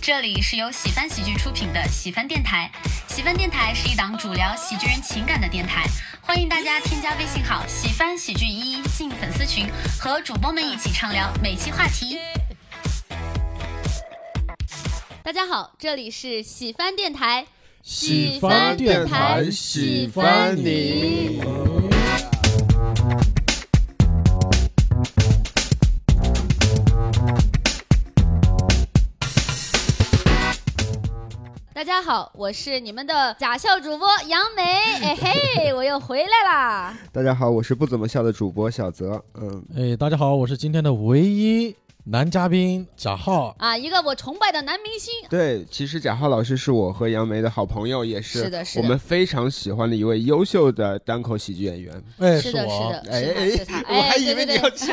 这里是由喜翻喜剧出品的喜翻电台。喜翻电台是一档主聊喜剧人情感的电台，欢迎大家添加微信号“喜翻喜剧一”进粉丝群，和主播们一起畅聊每期话题。大家好，这里是喜翻电台，喜欢电台，喜欢你。大家好，我是你们的假笑主播杨 梅，哎嘿，我又回来啦！大家好，我是不怎么笑的主播小泽。嗯，哎，大家好，我是今天的唯一男嘉宾贾浩。啊，一个我崇拜的男明星，对，其实贾浩老师是我和杨梅的好朋友，也是的是我的们非常喜欢的一位优秀的单口喜剧演员。哎，是我，的，是的，是他，哎是他，我哎，还以对为对你对，要吃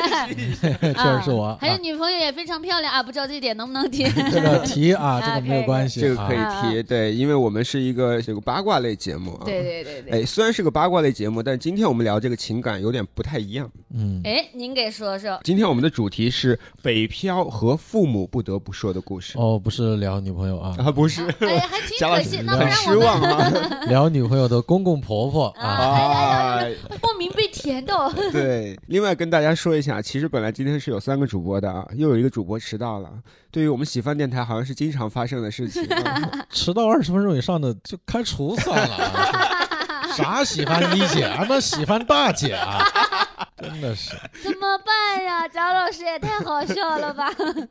确实是我。啊还有啊女朋友也非常漂亮啊，不知道这一点能不能 提？这个题 啊啊，这个可以没有关系，这个可啊以提，对，因为我们是一个这个八卦类节目啊。对。对对对，哎，虽然是个八卦类节目，但今天我们聊这个情感有点不太一样。嗯，哎，您给说 说，今天我们的主题是北漂和父母不得不说的故事哦，不是聊女朋友 啊，啊，不是，哎，还挺贾老可师惜，那不很然失我们望啊。聊女朋友的公公婆婆啊。啊啊，莫名被甜到， 对，另外跟大家说一下，其实本来今天是有三个主播的啊，又有一个主播迟到了。对于我们喜饭电台，好像是经常发生的事情。 嗯迟到二十分钟以上的就开除算了啊。 啥喜欢一姐啊？那喜欢大姐啊？真的是， 怎么办呀？贾老师也太好笑了吧！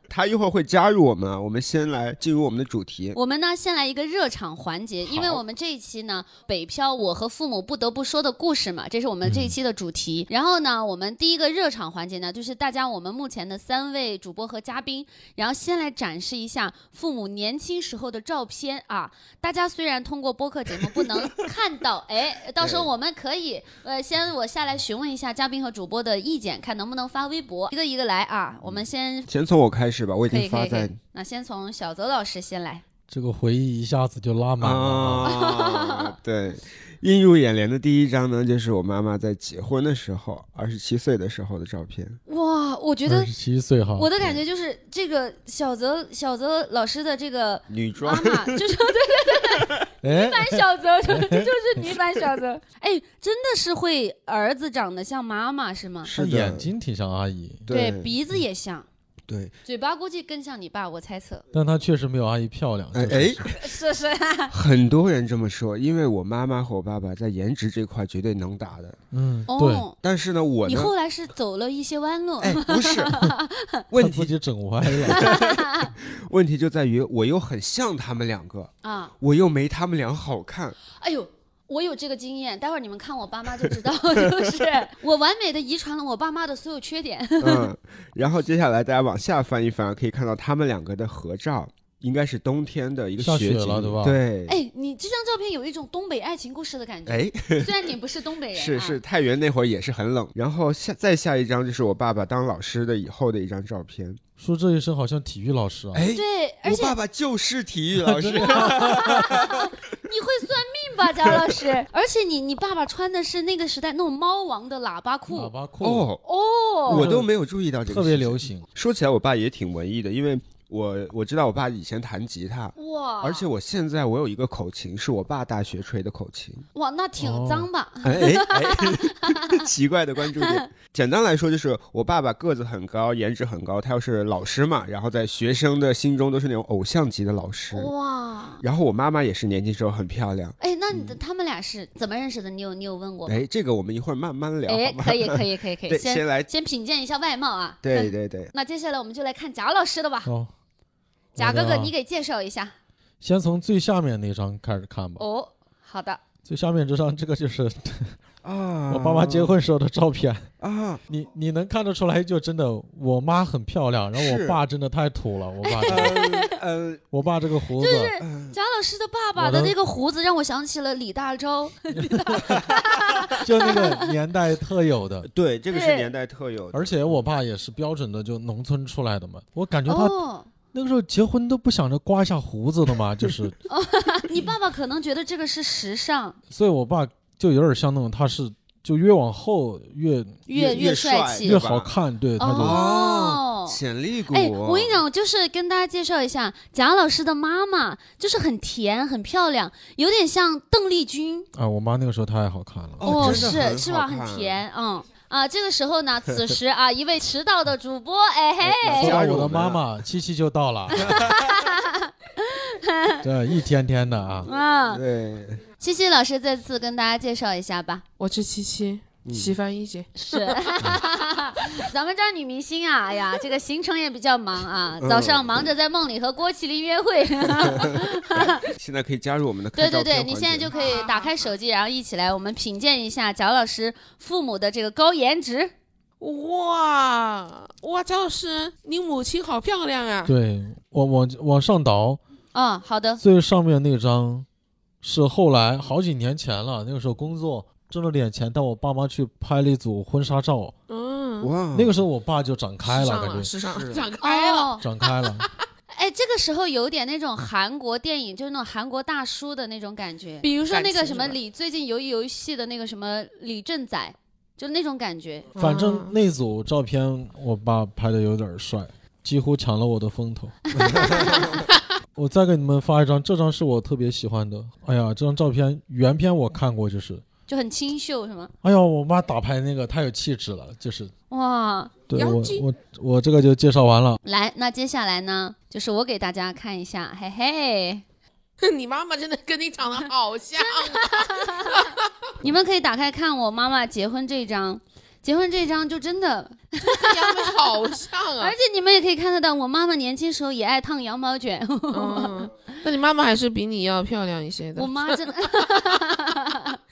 他一会儿会加入我们啊，我们先来进入我们的主题。我们呢，先来一个热场环节，因为好我们这一期呢，北漂我和父母不得不说的故事嘛，这是我们这嗯一期的主题。然后呢，我们第一个热场环节呢，就是大家我们目前的三位主播和嘉宾，然后先来展示一下父母年轻时候的照片啊。大家虽然通过播客节目不能看 到，哎，到时候我们可以，呃，先我下来询问一下嘉宾和主播的意见，看能不能发微博，一个一个来啊。我们先先从我开始吧，我已可以嗯经可发以可在以，那先从小泽老师先来。这个回忆一下子就拉满了啊。 啊，对，映入眼帘的第一张呢，就是我妈妈在结婚的时候，二十七岁的时候的照片。哇，我觉二得十七岁哈，我的感觉就是这个小泽小泽老师的这个女妈装，妈，就是对哎，版小泽，就就是女版小 泽。哎，真的是会儿子长得像妈妈是吗？是的眼，睛挺像阿姨，对鼻嗯子也像，对，嘴巴估计更像你爸，我猜测。但她确实没有阿姨漂亮。哎这 是哎是事，是啊，很多人这么说，因为我妈妈和我爸爸在颜值这块绝对能打的。嗯，对，哦，但是呢，我你呢，后来是走了一些弯路。哎，不是，问他自题己整歪了。 问题就在于我又很像他们两个，啊，我又没他们俩 好看。哎呦。我有这个经验，待会儿你们看我爸妈就知道，就是我完美的遗传了我爸妈的所有缺点。 嗯，然后接下来大家往下翻一翻，可以看到他们两个的合照，应该是冬天的一个下雪景了对吧对，哎，你这张照片有一种东北爱情故事的感觉。哎， 虽然你不是东北人、啊，是是，太原那会儿也是很冷。然后下再下一张就是我爸爸当老师的以后的一张照片。说这一声好像体育老师啊，哎，对，而我且爸爸就是体 育老师真。你会算命吧，贾老师？而且你你爸爸穿的是那个时代那种猫王的喇叭喇裤叭裤、哦，哦，我都没有注意到这个，特别。流行。说起来，我爸也挺文艺的，因为我我知道我爸以前弹吉他，哇，而且我现在我有一个口琴，是我爸大学吹的口琴。哇，那挺脏吧？哎哎，哎 奇怪的关注点。简单来说，就是我爸爸个子很高，颜值很高，他又是老师嘛，然后在学生的心中都是那种偶像级的老师。哦哇，然后我妈妈也是年轻时候很漂亮。哎，那你的他们俩是怎么认识的？你有你有问过吗？哎，这个我们一会儿慢慢聊，哦哎，好吗？可以可以可 以可以，对，先嗯先来，先品鉴一下外貌啊。对嗯。对对，那接下来我们就来看贾老师的吧，哦， 贾哥我哥，啊的你给介绍一下。先从最下面那张开始嗯看吧。哦，好的，最下面这张，这个就是啊，我爸妈结婚时候的照片。啊，你你能看得出来，就真的我妈很漂亮，然后是哎我爸真的太土了。我爸真的，呃，我爸这个胡子，嗯贾老师的爸爸我的的那个胡子让我想起了李大钊。就那个年代特有 的。对，这个是对年代特有的。而且我爸也是标准的，就农村出来的嘛。我感觉他哦，那个时候结婚都不想着刮一下胡子的嘛，就是啊你爸爸可能觉得这个是时尚，所以我爸就有点像那种，他是就越往后越越越帅帅气对越吧好看，对，他就哦哦。潜力股。哎，我跟你哦讲，我就是跟大家介绍一下贾老师的妈妈，就是很甜、很漂亮，有点像邓丽君啊，我妈那个时候太好看了。哦真的是很是吧？好很看甜，嗯啊。这个时候呢，此时啊，一位迟到的主播，哎嘿说，到加入我的我们妈了妈，七七就到了， 这一天天的啊，嗯，对，七七老师再次跟大家介绍一下吧。我是七七，嗯喜欢一姐。是， 咱们这儿女明星啊，哎呀，这个行程也比较忙啊，嗯早上忙着在梦里和郭麒麟约会。现在可以加入我们的对对看照片对，环节你现在就可以打开手机，然后一起来我们品鉴一下贾老师父母的这个高颜值。哇哇，赵老师，你母亲好漂亮啊！对，往往往上倒，嗯，好的，最上面那张是后来好几年前了，那个时候工作挣了点钱，带我爸妈去拍了一组婚纱照，嗯，哇，那个时候我爸就长开时了，尚感了，觉时尚是了，长开了。哦，长开了。哎，这个时候有点那种韩国电影，就是那种韩国大叔的那种感觉，比如说那个什么感情是吧李，最近游游戏的那个什么李正宰，就那种感觉。反正嗯嗯那组照片我爸拍的有点帅，几乎抢了我的风头。我再给你们发一张，这张是我特别喜欢的。哎呀，这张照片原片我看过，就是，就很清秀，是吗？哎呀，我妈打牌那个太有气质了，就是。哇，对妖我姬我我这个就介绍完了。来，那接下来呢，就是我给大家看一下，嘿嘿， 你妈妈真的跟你长得好像啊，你们可以打开看我妈妈结婚这张，结婚这张就 真的，跟杨梅好像而啊。且你们也可以看得到，我妈妈年轻时候也爱烫羊毛卷，嗯，那你妈妈还是比你要漂亮一些的我。妈 真的，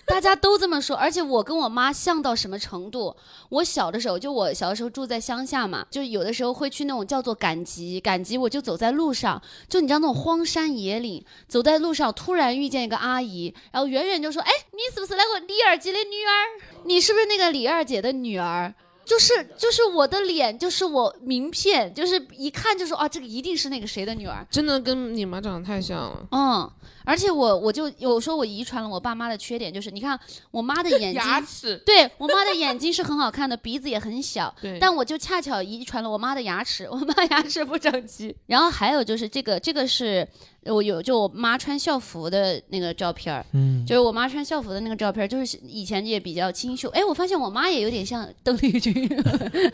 大家都这么说，而且我跟我妈像到什么程度？我小的时候，就我小的时候住在乡下嘛，就有的时候会去那种叫做赶集，赶集我就走在路上，就你知道那种荒山野岭，走在路上突然遇见一个阿姨，然后远远就说：“哎，你是不是那个李二姐的女儿？你是不是那个李二姐的女儿？”就是就是我的脸，就是我名片，就是一看就说啊，这个一定是那个谁的女儿。真的跟你妈长得太像了，嗯，而且我我就有说我遗传了我爸妈的缺点，就是你看我妈的眼睛，牙齿对我妈的眼睛是很好看的，鼻子也很小，对， 但我就恰巧遗传了我妈的牙齿，我妈牙齿不整齐。然后还有就是这个这个是我有就我妈穿校服的那个照片儿，嗯，就是我妈穿校服的那个照片儿，就是以前也比较清秀。哎，我发现我妈也有点像邓丽君，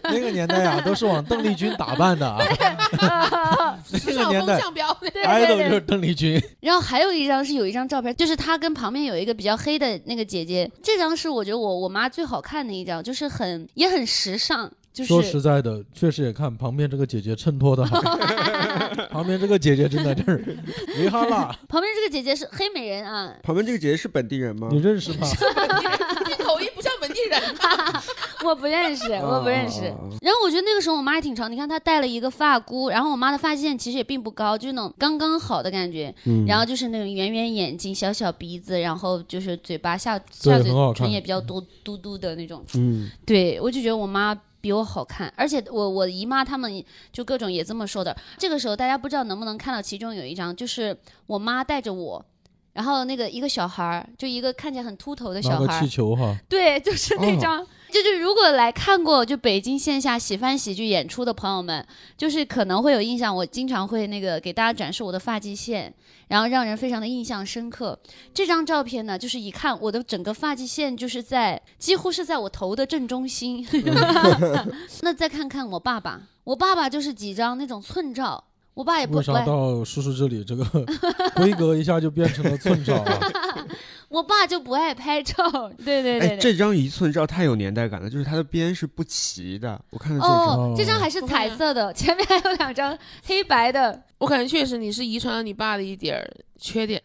那个年代呀、都是往邓丽君打 扮的啊。时 那个尚年风代向标。对对，idol 对就是邓丽君。然后还有一张是有一张照片，就是她跟旁边有一个比较黑的那个姐姐，这张是我觉得我我妈最好看的一张，就是很也很时尚，就说实是在的，确实也看旁边这个姐姐衬托的 好，旁边这个姐姐真的就是维哈娜，旁边这个姐姐是黑美人啊， 旁边这个姐姐是本地人吗你？认识吗？这口音不像本地人。 我不认识，我不认识。啊哦然后我觉得那个时候我妈还挺长，你看她戴了一个发箍，然后我妈的发际线其实也并不高，就是那种刚刚好的感觉，嗯然后就是那种圆圆眼睛、小小鼻子，然后就是嘴巴下对下嘴很好看嗯唇也比较多嘟嘟的那种。嗯，对，我就觉得我妈比我好看，而且我我姨妈她们就各种也这么说的。这个时候大家不知道能不能看到，其中有一张就是我妈带着我，然后那个一个小孩儿，就一个看起来很秃头的拿小个孩气儿，球哈，对，就是那哦张。就就如果来看过就北京线下喜翻喜剧演出的朋友们，就是可能会有印象，我经常会那个给大家展示我的发际线，然后让人非常的印象深刻。这张照片呢，就是一看我的整个发际线就是在几乎是在我头的正中心。嗯 那再看看我爸爸，我爸爸就是几张那种寸照，我爸也哎不为不啥爱，到叔叔这里这个规格一下就变成了寸照了？我爸就不爱拍照。 对对哎，对对。这张一寸照太有年代感了，就是它的边是不齐的。我看到这张，哦，这张还是彩色的，前面还有两张黑白的，我感觉确实你是遗传了你爸的一点儿缺点，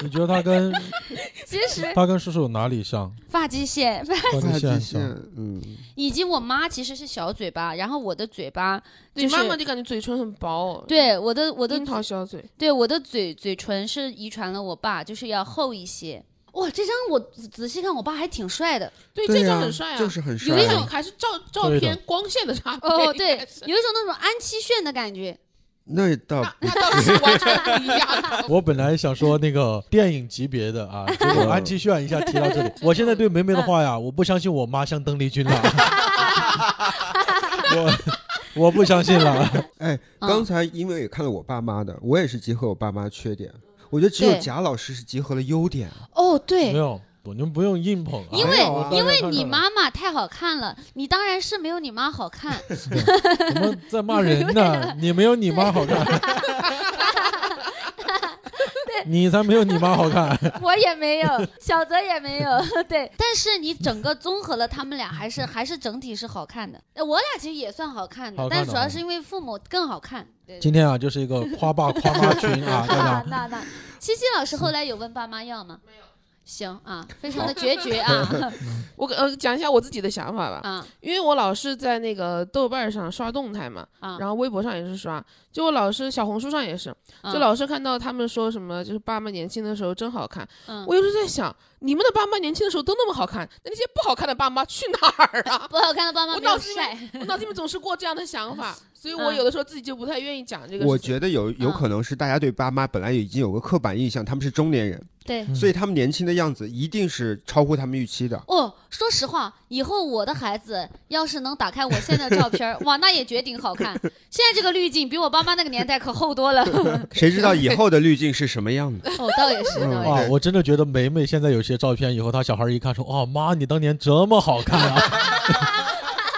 你觉得他 跟其实他跟叔叔有哪里像？发际线，发发际线际线很像。，嗯，以及我妈其实是小嘴巴，然后我的嘴巴你就是妈妈就感觉嘴唇很薄、哦，，对我的我的樱桃小嘴，对我的嘴嘴唇是遗传了我爸，就是要厚一些。哇，这张我仔仔细看，我爸还挺帅的。对，对这张呀很帅啊，就是很帅有一种啊。还是照照 对的片光线的差别。哦，应对，该是有一种那种安七炫的感觉。那倒那那倒是完全不一样 的。我本来想说那个电影级别的啊，结果安七炫一下提到这里。我现在对梅梅的话呀，我不相信我妈像邓丽君了。我我不相信了。哎，嗯刚才因为也看了我爸妈的，我也是集合我爸妈缺点。我觉得只有对贾老师是集合了优点，啊哦，对没，有，我们不用硬捧啊。因为没有啊因为你妈妈太好看了，你当然是没有你妈好看。我们在骂人 呢，你没有你妈好看。你才没有你妈好看， 我也没有，小泽也没有， 对。但是你整个综合了他们俩，还是还是整体是好看的。呃我俩其实也算好看的，好看的但主要是因为父母更好 看。对今天啊就是一个夸爸夸妈群 啊，那大家那那，七七老师后来有问爸妈要吗？没有。行啊，非常的决绝 啊我呃讲一下我自己的想法吧，啊因为我老是在那个豆瓣上刷动态嘛，啊！然后微博上也是刷，就我老是小红书上也是，嗯就老是看到他们说什么，就是爸妈年轻的时候真好看。嗯？我有时候在想，你们的爸妈年轻的时候都那么好看，那那些不好看的爸妈去哪儿啊 不好看的爸妈我没有脑子里面晒。我脑子里面总是过这样的想法，所以我嗯有的时候自己就不太愿意讲这个事情。我觉得有有嗯可能是大家对爸妈本来已经有个刻板印象，他们是中年人，对，嗯所以他们年轻的样子一定是超乎他们预期的。哦，说实话，以后我的孩子要是能打开我现在的照 片儿，哇，那也绝顶好看。现在这个滤镜比我爸妈那个年代可厚 多了。 谁知道以后的滤镜是什么样的？ 哦，倒也是，嗯倒也啊是。对，我真的觉得梅梅现在有些照片，以后她小孩一看说：“哦，妈，你当年这么好看啊！”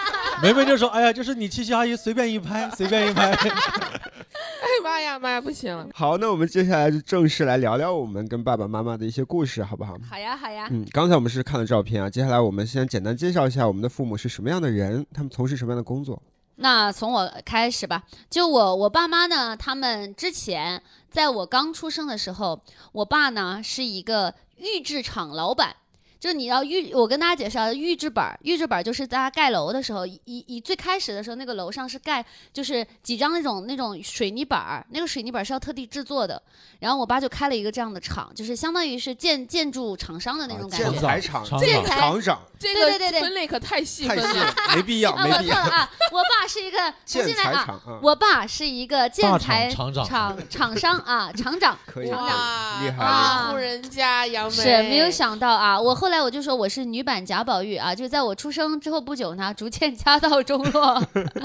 梅梅就说：“哎呀，就是你七七阿姨随便一拍， 随便一拍。 哎妈呀妈呀，不行了！好，那我们接下来就正式来聊聊我们跟爸爸妈妈的一些故事，好不好？好啊呀，好呀。嗯，刚才我们是看了照片啊，接下来我们先简单介绍一下我们的父母是什么样的人，他们从事什么样的工作。那从我开始吧，就我我爸妈呢，他们之前在我刚出生的时候，我爸呢是一个预制厂老板。就是你要预，我跟大家解释啊，预制板儿，预制板儿就是大家盖楼的时候，一一最开始的时候，那个楼上是盖就是几张那种那种水泥板儿，那个水泥板儿是要特地制作的。然后我爸就开了一个这样的厂，就是相当于是建建筑厂商的那种感啊建觉。造材厂、厂建材厂长这对对个对对分类可太细太分细了。了，没必要，啊，没我必错要。了啊，我爸是一个，我建进来材啊，厂啊，我爸是一个建材大厂厂长厂商 啊，厂长。可以，可厂以长哇，厉害啊大户人家杨梅是没有想到啊！我后来我就说我是女版贾宝玉啊，就在我出生之后不久呢，逐渐家道中 落。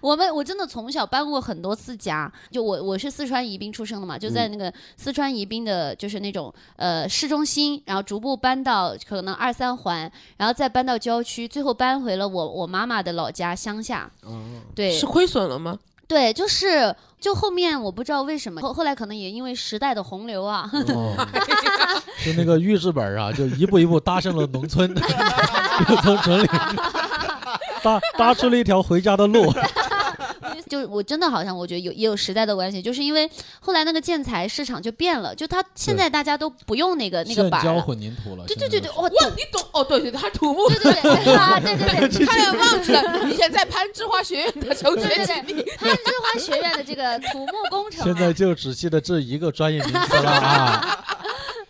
我们我真的从小搬过很多次家，就我我是四川宜宾出生嗯的嘛，就在那个四川宜宾的，就是那种呃市中心，然后逐步搬到可能二三环，然后再搬到郊区，最后搬回了我我妈妈的老家乡下。哦对，是亏损了吗？对，就是就后面我不知道为什么，后后来可能也因为时代的洪流啊，”哦， 就那个预制本儿啊，就一步一步搭上了农村， 又从城里搭搭出了一条回家的路。就我真的好像我觉得有也有时代的关系，就是因为后来那个建材市场就变了，就它现在大家都不用那个 那个现板儿浇了，混凝土了。对对对对，现在哦，哇懂，你懂哦？对对，对他土木，对对对，啊，对对对。差点忘记了，以前在攀枝花学院的时候对学对经历。对，攀枝花学院的这个土木工是程、现在啊，就只记得这一个专业名词了啊。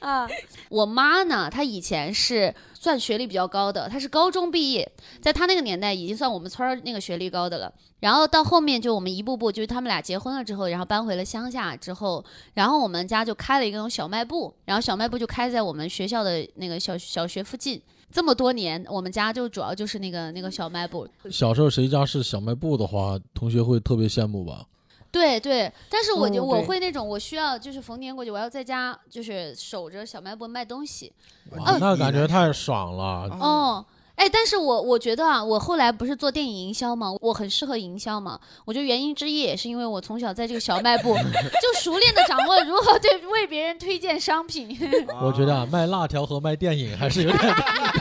啊，我妈呢，她以前是算学历比较高的，她是高中毕业，在她那个年代已经算我们村儿那个学历高的了。然后到后面就我们一步步，就是他们俩结婚了之后，然后搬回了乡下之后，然后我们家就开了一个那种小卖部，然后小卖部就开在我们学校的那个小小学附近。这么多年，我们家就主要就是那个那个小卖部，小时候谁家是小卖部的话，同学会特别羡慕吧？对对，但是我就、嗯我对会那种，我需要就是逢年过节，我要在家就是守着小卖部卖东西，哇，哦那感觉太爽了。哦，哦，哎，但是我我觉得啊，我后来不是做电影营销嘛，我很适合营销嘛。我觉得原因之一也是因为我从小在这个小卖部就熟练的掌握如何对为别人推荐商品。 我觉得啊，卖辣条和卖电影还是有点、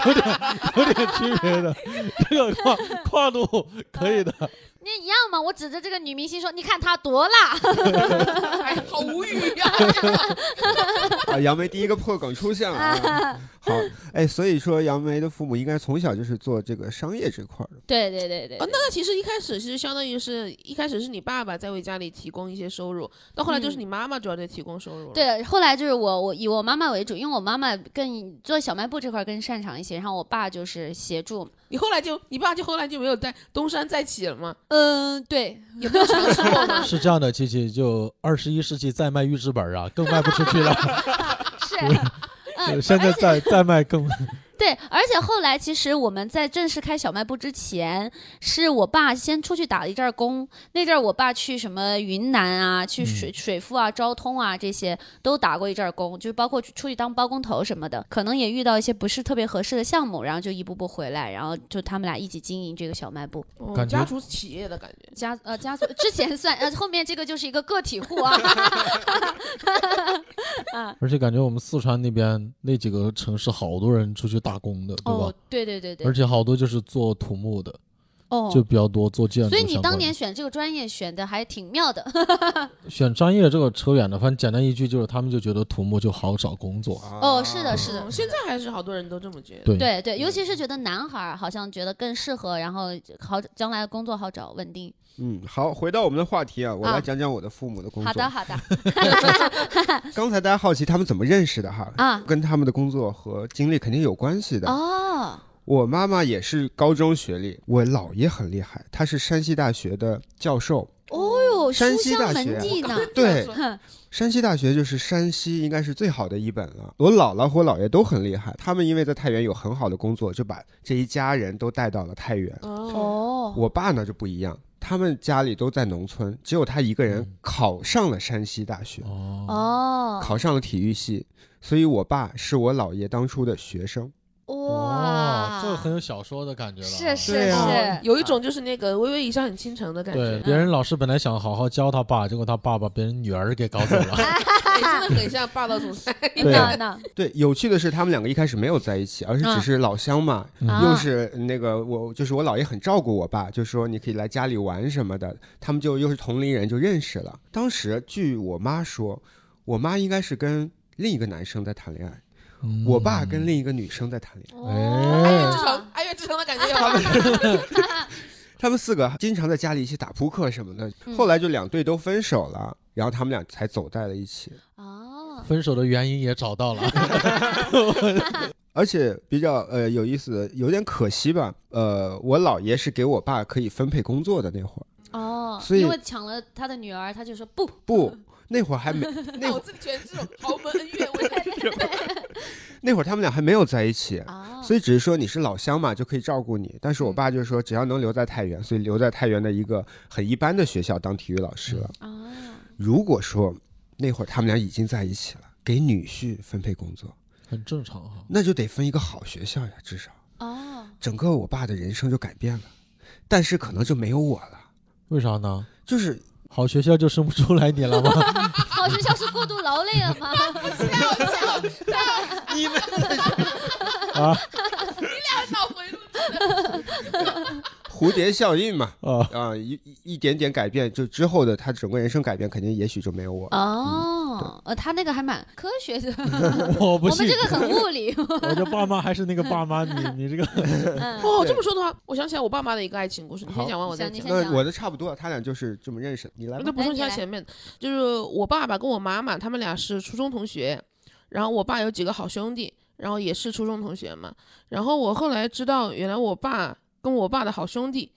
有点、有点区别的，这个跨跨度可以 的。那一样嘛，我指着这个女明星说：“你看她多辣 哎，好无语呀、啊，杨梅第一个破梗出现了啊。 好，哎，所以说杨梅的父母应该从小就是做这个商业这块儿！”的。对对对对哦，对，那其实一开始是相当于是一开始是你爸爸在为家里提供一些收入，到后来就是嗯你妈妈主要在提供收入了。，对，后来就是我我以我妈妈为主，因为我妈妈更做小卖部这块儿更擅长一些，然后我爸就是协助。你后来就你爸就后来就没有在东山再起了吗？嗯，对，有没有尝试过呢？是这样的，琪琪，就二十一世纪再卖 预制本儿啊，更卖不出去了。是。呃嗯， 现在再再卖更对对，而且后来其实我们在正式开小卖部之前，是我爸先出去打了一阵儿工。那阵儿我爸去什么云南啊，嗯去水、水库啊、昭通啊这些都打过一阵儿工，就是包括去出去当包工头什么的，可能也遇到一些不是特别合适的项目，然后就一步步回来，然后就他们俩一起经营这个小卖部。哦感觉家族企业的感觉。家呃家族之前算呃后面这个就是一个个体户 啊，而且感觉我们四川那边那几个城市好多人出去打工的，对吧？哦对对对对而，且好多就是做土木的，哦，就比较多做建筑相所以关的。啊你当年选这个专业选的还挺妙的，选专业这个扯远了，反正简单一句就是，他们就觉得土木就好找工作。哦是的是的嗯，现在还是好多人都这么觉得。对对嗯对，尤其是觉得男孩儿好像觉得更适合，然后好将来工作好找，稳定。嗯，好，回到我们的话题啊，我啊来讲讲我的父母的工作。好的 好的刚才大家好奇他们怎么认识的哈，啊跟他们的工作和经历肯定有关系的。哦我妈妈也是高中学历，我姥爷很厉害，他是山西大学的教授。哦呦，山书西香大学门第 呢。对，哼山西大学就是山西应该是最好的一本了。我姥姥和我姥爷都很厉害，他们因为在太原有很好的工作，就把这一家人都带到了太原。哦，哦我爸呢就不一样，他们家里都在农村，只有他一个人考上了山西大学，哦，哦考上了体育系，所以我爸是我姥爷当初的学生。哦哇，这个很有小说的感觉了。哦是是对是啊，有一种就是那个微微一笑很倾城的感对，觉，别嗯人老师本来想好好教他爸，结果他爸把别人女儿给搞走 了。哎真的很像霸道 总裁。对那那对，啊有趣的是他们两个一开始没有在一起，而是嗯只是老乡嘛，嗯啊又是那个我就是我姥爷很照顾我爸，就说你可以来家里玩什么的，他们就又是同龄人就认识了。当时据我妈说，我妈应该是跟另一个男生在谈恋爱，嗯我爸跟另一个女生在谈恋爱。哦哎至少哀怨之城的感觉要来了他们四个经常在家里一起打扑克什么的，嗯后来就两队都分手了，然后他们俩才走在了一起。哦分手的原因也 找到了。而且比较呃有意思的，有点可惜吧。呃，我姥爷是给我爸可以分配工作的那会儿，哦，所以因为抢了他的女儿，他就说不，不，那会儿 还没， 那我会儿自己全是豪门恩怨，我那会儿他们俩还没有在一起，啊，所以只是说你是老乡嘛，就可以照顾你。但是我爸就说，只要能留在太原，所以留在太原的一个很一般的学校当体育老师了。啊，如果说那会儿他们俩已经在一起了，给女婿分配工作，很正常哈。那就得分一个好学校呀，至少 哦，整个我爸的人生就改变了，但是可能就没有我了，为啥呢？就是好学校就生不出来你了吗？ 好学校是过度劳累了 吗？嗯你们脑回路蝴蝶效应嘛。啊，啊，一一一点点改变，就之后的他整个人生改变，肯定也许就没有我了。哦，呃，他那个还蛮科学的，我不我们信这。个 很物理，我这爸妈还是那个爸妈，你你这个嗯，哦，对这么说的话，我想起来我爸妈的一个爱情故事，你先讲完我再想你讲先。那我的差不多了，他俩就是这么认识的。你来吧那，补充一下来你来前面的，就是我爸爸跟我妈妈，他们俩是初中同学，然后我爸有几个好兄弟，然后也是初中同学嘛。然后我后来知道，原来我爸跟我爸的好兄弟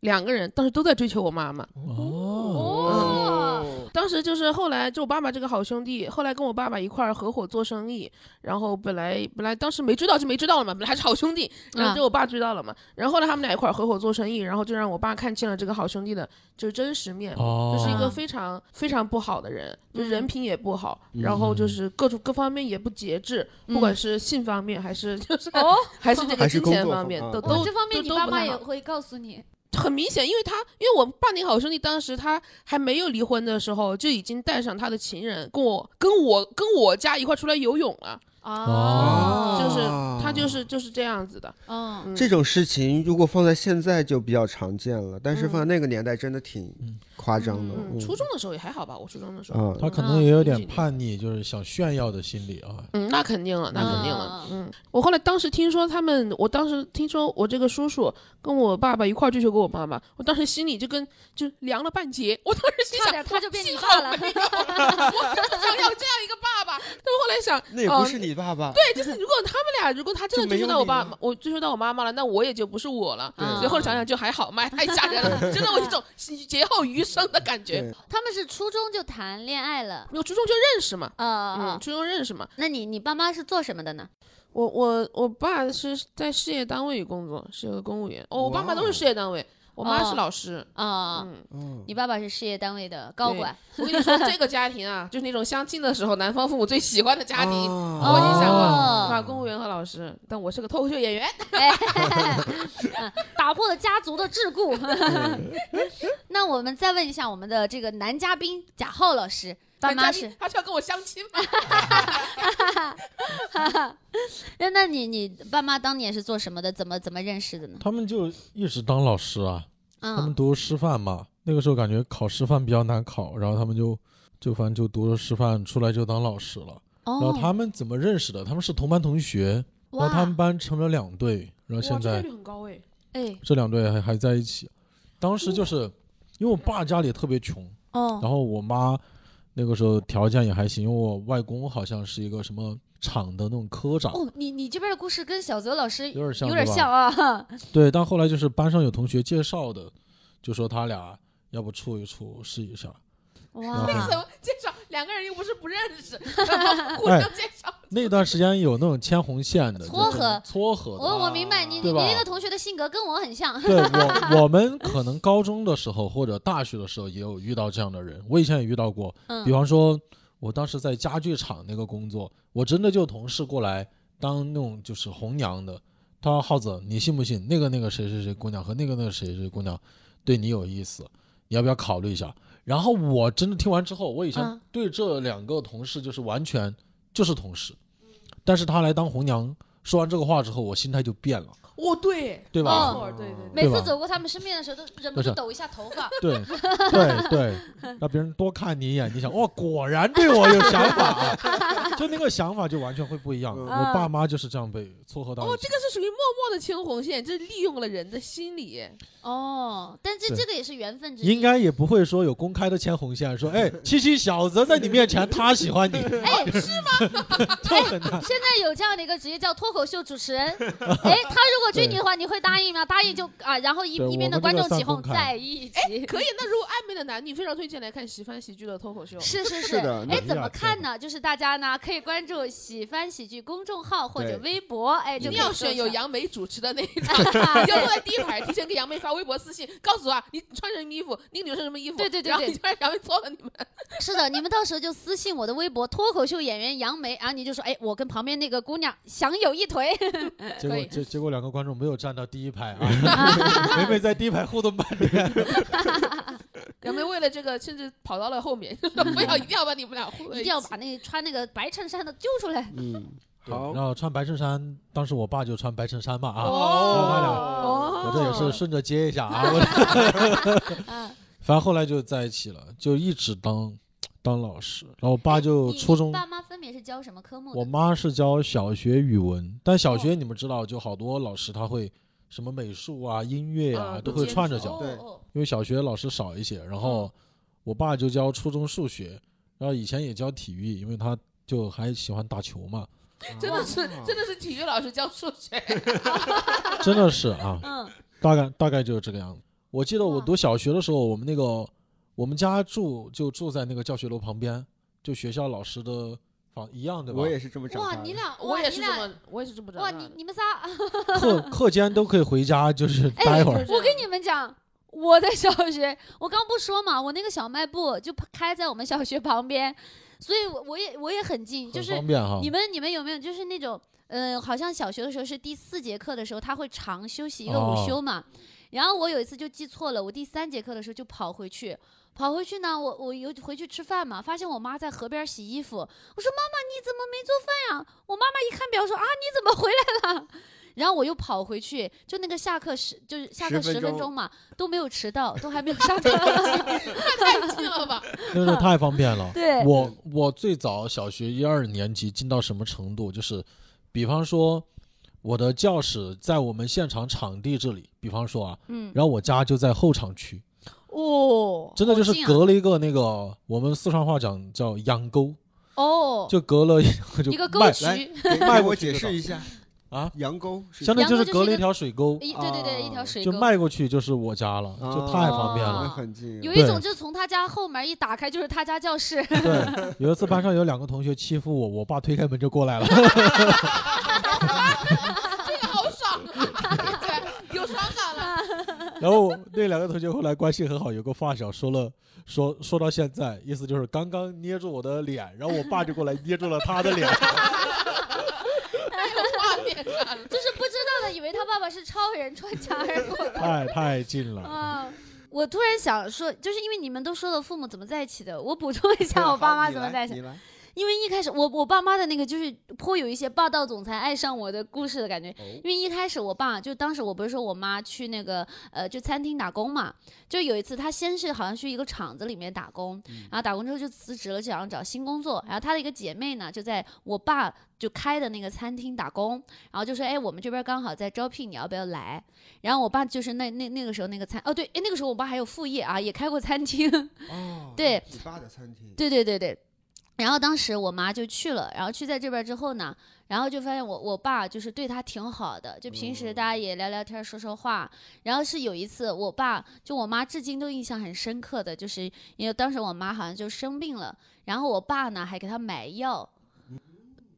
两个人当时都在追求我妈妈。哦，哦，当时就是后来就我爸爸这个好兄弟，后来跟我爸爸一块儿合伙做生意，然后本来本来当时没追到就没追到了嘛，本来还是好兄弟，然后啊就我爸追到了嘛，然后后来他们俩一块儿合伙做生意，然后就让我爸看清了这个好兄弟的就是真实面，哦就是一啊个非常非常不好的人，就嗯人品也不好，嗯然后就是各种各方面也不节制，不管嗯是性方面还是就是、哦， 还是 这个还是金工钱作方方面啊，都哦都这方面都你都爸不妈太也好会告诉你，很明显，因为他因为我爸那个好兄弟当时他还没有离婚的时候，就已经带上他的情人跟我跟我跟我家一块出来游泳了，哦，就是哦他就是就是这样子的。嗯，嗯、这种事情如果放在现在就比较常见了，但是嗯放在那个年代真的挺嗯夸张的。嗯，嗯初中的时候也还好吧，我初中的时候，啊，他嗯可能也有点叛逆，就是想炫耀的心理啊。嗯，那肯定了，那肯定了啊，嗯，我后来当时听说他们，我当时听说我这个叔叔跟我爸爸一块儿追求过我妈妈，我当时心里就跟就凉了半截，我当时心差想点他就变你幸爸好了没有，我想要这样一个爸爸，但是后来想，那也嗯不是你爸爸。对，就是如果他们俩，如果他真的就没有追求到我你爸了，啊我追求到我妈妈了，那我也就不是我了。对所以后来想想就还好，妈呀，太吓人了， 真的我一种劫后余生的感觉。对，他们是初中就谈恋爱了，我初中就认识嘛，呃，嗯，哦初中认识嘛，那你你爸妈是做什么的呢？我我我爸是在事业单位工作，是个公务员。哦，我爸妈都哇哦是事业单位，我妈哦是老师。啊、嗯，嗯，你爸爸是事业单位的高对管，我跟你说，这个家庭啊，就是那种相亲的时候，男方父母最喜欢的家庭。哦我印象哦过，对吧？公务员和老师，但我是个脱口秀演员。哎，嗯打破了家族的桎梏。 那我们再问一下我们的这个男嘉宾贾浩老师，爸但妈家里是？他是要跟我相亲吗？ 那那你你爸妈当年是做什么的？怎么怎么认识的呢？他们就一直当老师啊，他们嗯，读师范嘛，那个时候感觉考师范比较难考，然后他们就就反正就读了师范，出来就当老师了。然后哦，他们怎么认识的？他们是同班同学，然后他们哇，班成了两队，然后哇，现这概在率很高哎。哎，这两队还还在一起。当时就是因为我爸家里特别穷，哦，然后我妈那个时候条件也还行，因为我外公好像是一个什么厂的那种科长，哦，你你这边的故事跟小泽老师有点像，有点对吧像啊。 对，但后来就是班上有同学介绍的，就说他俩要不处一处试一下。为哇 什，么介绍两个人又不是不认 识，然后互哎相介绍？那段时间有那种牵红线的撮就合是撮合的。哦我我明白你你啊对你吧那个同学的性格跟我很像。对我，我们可能高中的时候或者大学的时候也有遇到这样的人，我以前也遇到过。比嗯，方说，我当时在家具厂那个工作，我真的就同事过来当那种就是红娘的。他说：“耗子，你信不信那个那个谁谁谁姑娘和那个那个谁谁谁姑娘对你有意思，你要不要考虑一下？”然后我真的听完之后，我以前嗯对这两个同事就是完全就是同事，嗯但是他来当红娘，说完这个话之后，我心态就变了，哦，对，对吧？哦没错，对对对。每对次吧走过他们身边的时候，都忍不不住是抖一下头发。 对对对，让别人多看你一眼，你想哇，哦果然对我有想法啊， 就那个想法就完全会不一样。嗯我爸妈就是这样被撮合到哦一，起这。个是属于默默的牵红线，这是利用了人的心理。哦，但这对这个也是缘分之一。应该也不会说有公开的牵红线，说哎，七七小子在你面前他喜欢你，哎，就很难。现在有这样的一个职业叫脱口秀主 持人，哎，他如果追你的话，你会答应吗？答应就啊，然后一对一边的我们观这个众起哄算公开在一起，可以，那如果暧昧的男女，非常推荐来看喜欢喜剧的脱口秀。是是是的哎，那怎么看呢？就是大家呢可以关注喜番喜剧公众号或者微博，哎，一就定可以要搜选有上。杨梅主持的那 一场，你 要坐在第一排，提前给杨梅发微博私信，告诉她你穿什么衣服，那个女生什么衣服，对对对然后对你穿杨梅错了你们。是的，你们到时候就私信我的微博脱口秀演员杨梅，然后你就说，哎，我跟旁边那个姑娘想有一腿，结可果以结结果两个观众没有站到第一排 啊，每每在第一排互动半天。杨梅为了这个，甚至跑到了后 面，非要一定要把你们俩混在一定起要把那个穿那个白衬衫的揪出来。嗯，对好然后穿白衬衫，当时我爸就穿白衬衫嘛啊，他俩哦我这也是顺着接一 下啊，我啊， 反正后来就在一起了，就一直当当老师。然后我爸就哎你初中，爸妈分别是教什么科目的？我妈是教小学语文，但哦小学你们知道，就好多老师他会什么美术啊、音乐啊啊都都会兼串着职教，哦嗯对哦因为小学老师少一些。然后我爸就教初中数学，然后以前也教体育，因为他就还喜欢打球嘛， 真的是哦真的是体育老师教数学， 真的是啊。嗯，大概大概就是这个样子。我记得我哇读小学的时候，我们那个我们家住就住在那个教学楼旁边，就学校老师的房一样，对吧我？也是这么长大哇，的。你俩，我哇也你是这俩么我也是这么长哇，大你的啊你们仨，课课间都可以回家，就是哎待一会儿。就是我跟你们讲，我的小学，我刚不说嘛，我那个小卖部就开在我们小学旁边，所以我我也我也很近，就很是方便哈你，们你们有没有就是那种，呃，好像小学的时候是第四节课的时候，他会长休息一个午哦休嘛。然后我有一次就记错了，我第三节课的时候就跑回去，跑回去呢，我我有回去吃饭嘛，发现我妈在河边洗衣服。我说妈妈你怎么没做饭呀？我妈妈一看表说啊你怎么回来了？然后我又跑回去，就那个下课时就是下课10分十分钟钟嘛，都没有迟到，都还没有上课。。太近了吧？那个太方便了 对，我我最早小学一二年级进到什么程度？就是，比方说，我的教室在我们现场场地这里，比方说啊，嗯，然后我家就在后场区，哦，真的就是好近啊隔了一个那个我们四川话讲叫羊沟，哦，就隔了一就一个沟迈渠，来一 给迈给我过去解就释到一下啊，羊沟是相当于羊沟就是是一隔了个一条水沟，对对对，一条哦水啊就沟。迈过去就是我家了，就太方便哦啊了。很近。有一种对就是从他家后门一打开就是他家教室， 对，有一次班上有两个同学欺负我，我爸推开门就过来了，啊然后那两个同学后来关系很好，有个发小说了说说到现在，意思就是刚刚捏住我的脸，然后我爸就过来捏住了 他的脸。画面感了。就是不知道的以为他爸爸是超人穿墙而过。 太太近了，啊，我突然想说，就是因为你们都说了父母怎么在一起的，我补充一下我爸妈怎么在一起。你来 因为一开始我我爸妈的那个就是颇有一些霸道总裁爱上我的故事的感觉，因为一开始我爸就当时我不是说我妈去那个呃就餐厅打工嘛，就有一次她先是好像去一个厂子里面打工，然后打工之后就辞职了，就想找新工作，然后她的一个姐妹呢就在我爸就开的那个餐厅打工，然后就说哎我们这边刚好在招聘，你要不要来？然后我爸就是那那那个时候那个餐哦对，哎那个时候我爸还有副业啊，也开过餐厅。哦，对，你爸的餐厅，对对对对。然后当时我妈就去了，然后去在这边之后呢，然后就发现我我爸就是对她挺好的，就平时大家也聊聊天说说话。然后是有一次，我爸就我妈至今都印象很深刻的，就是因为当时我妈好像就生病了，然后我爸呢还给她买药，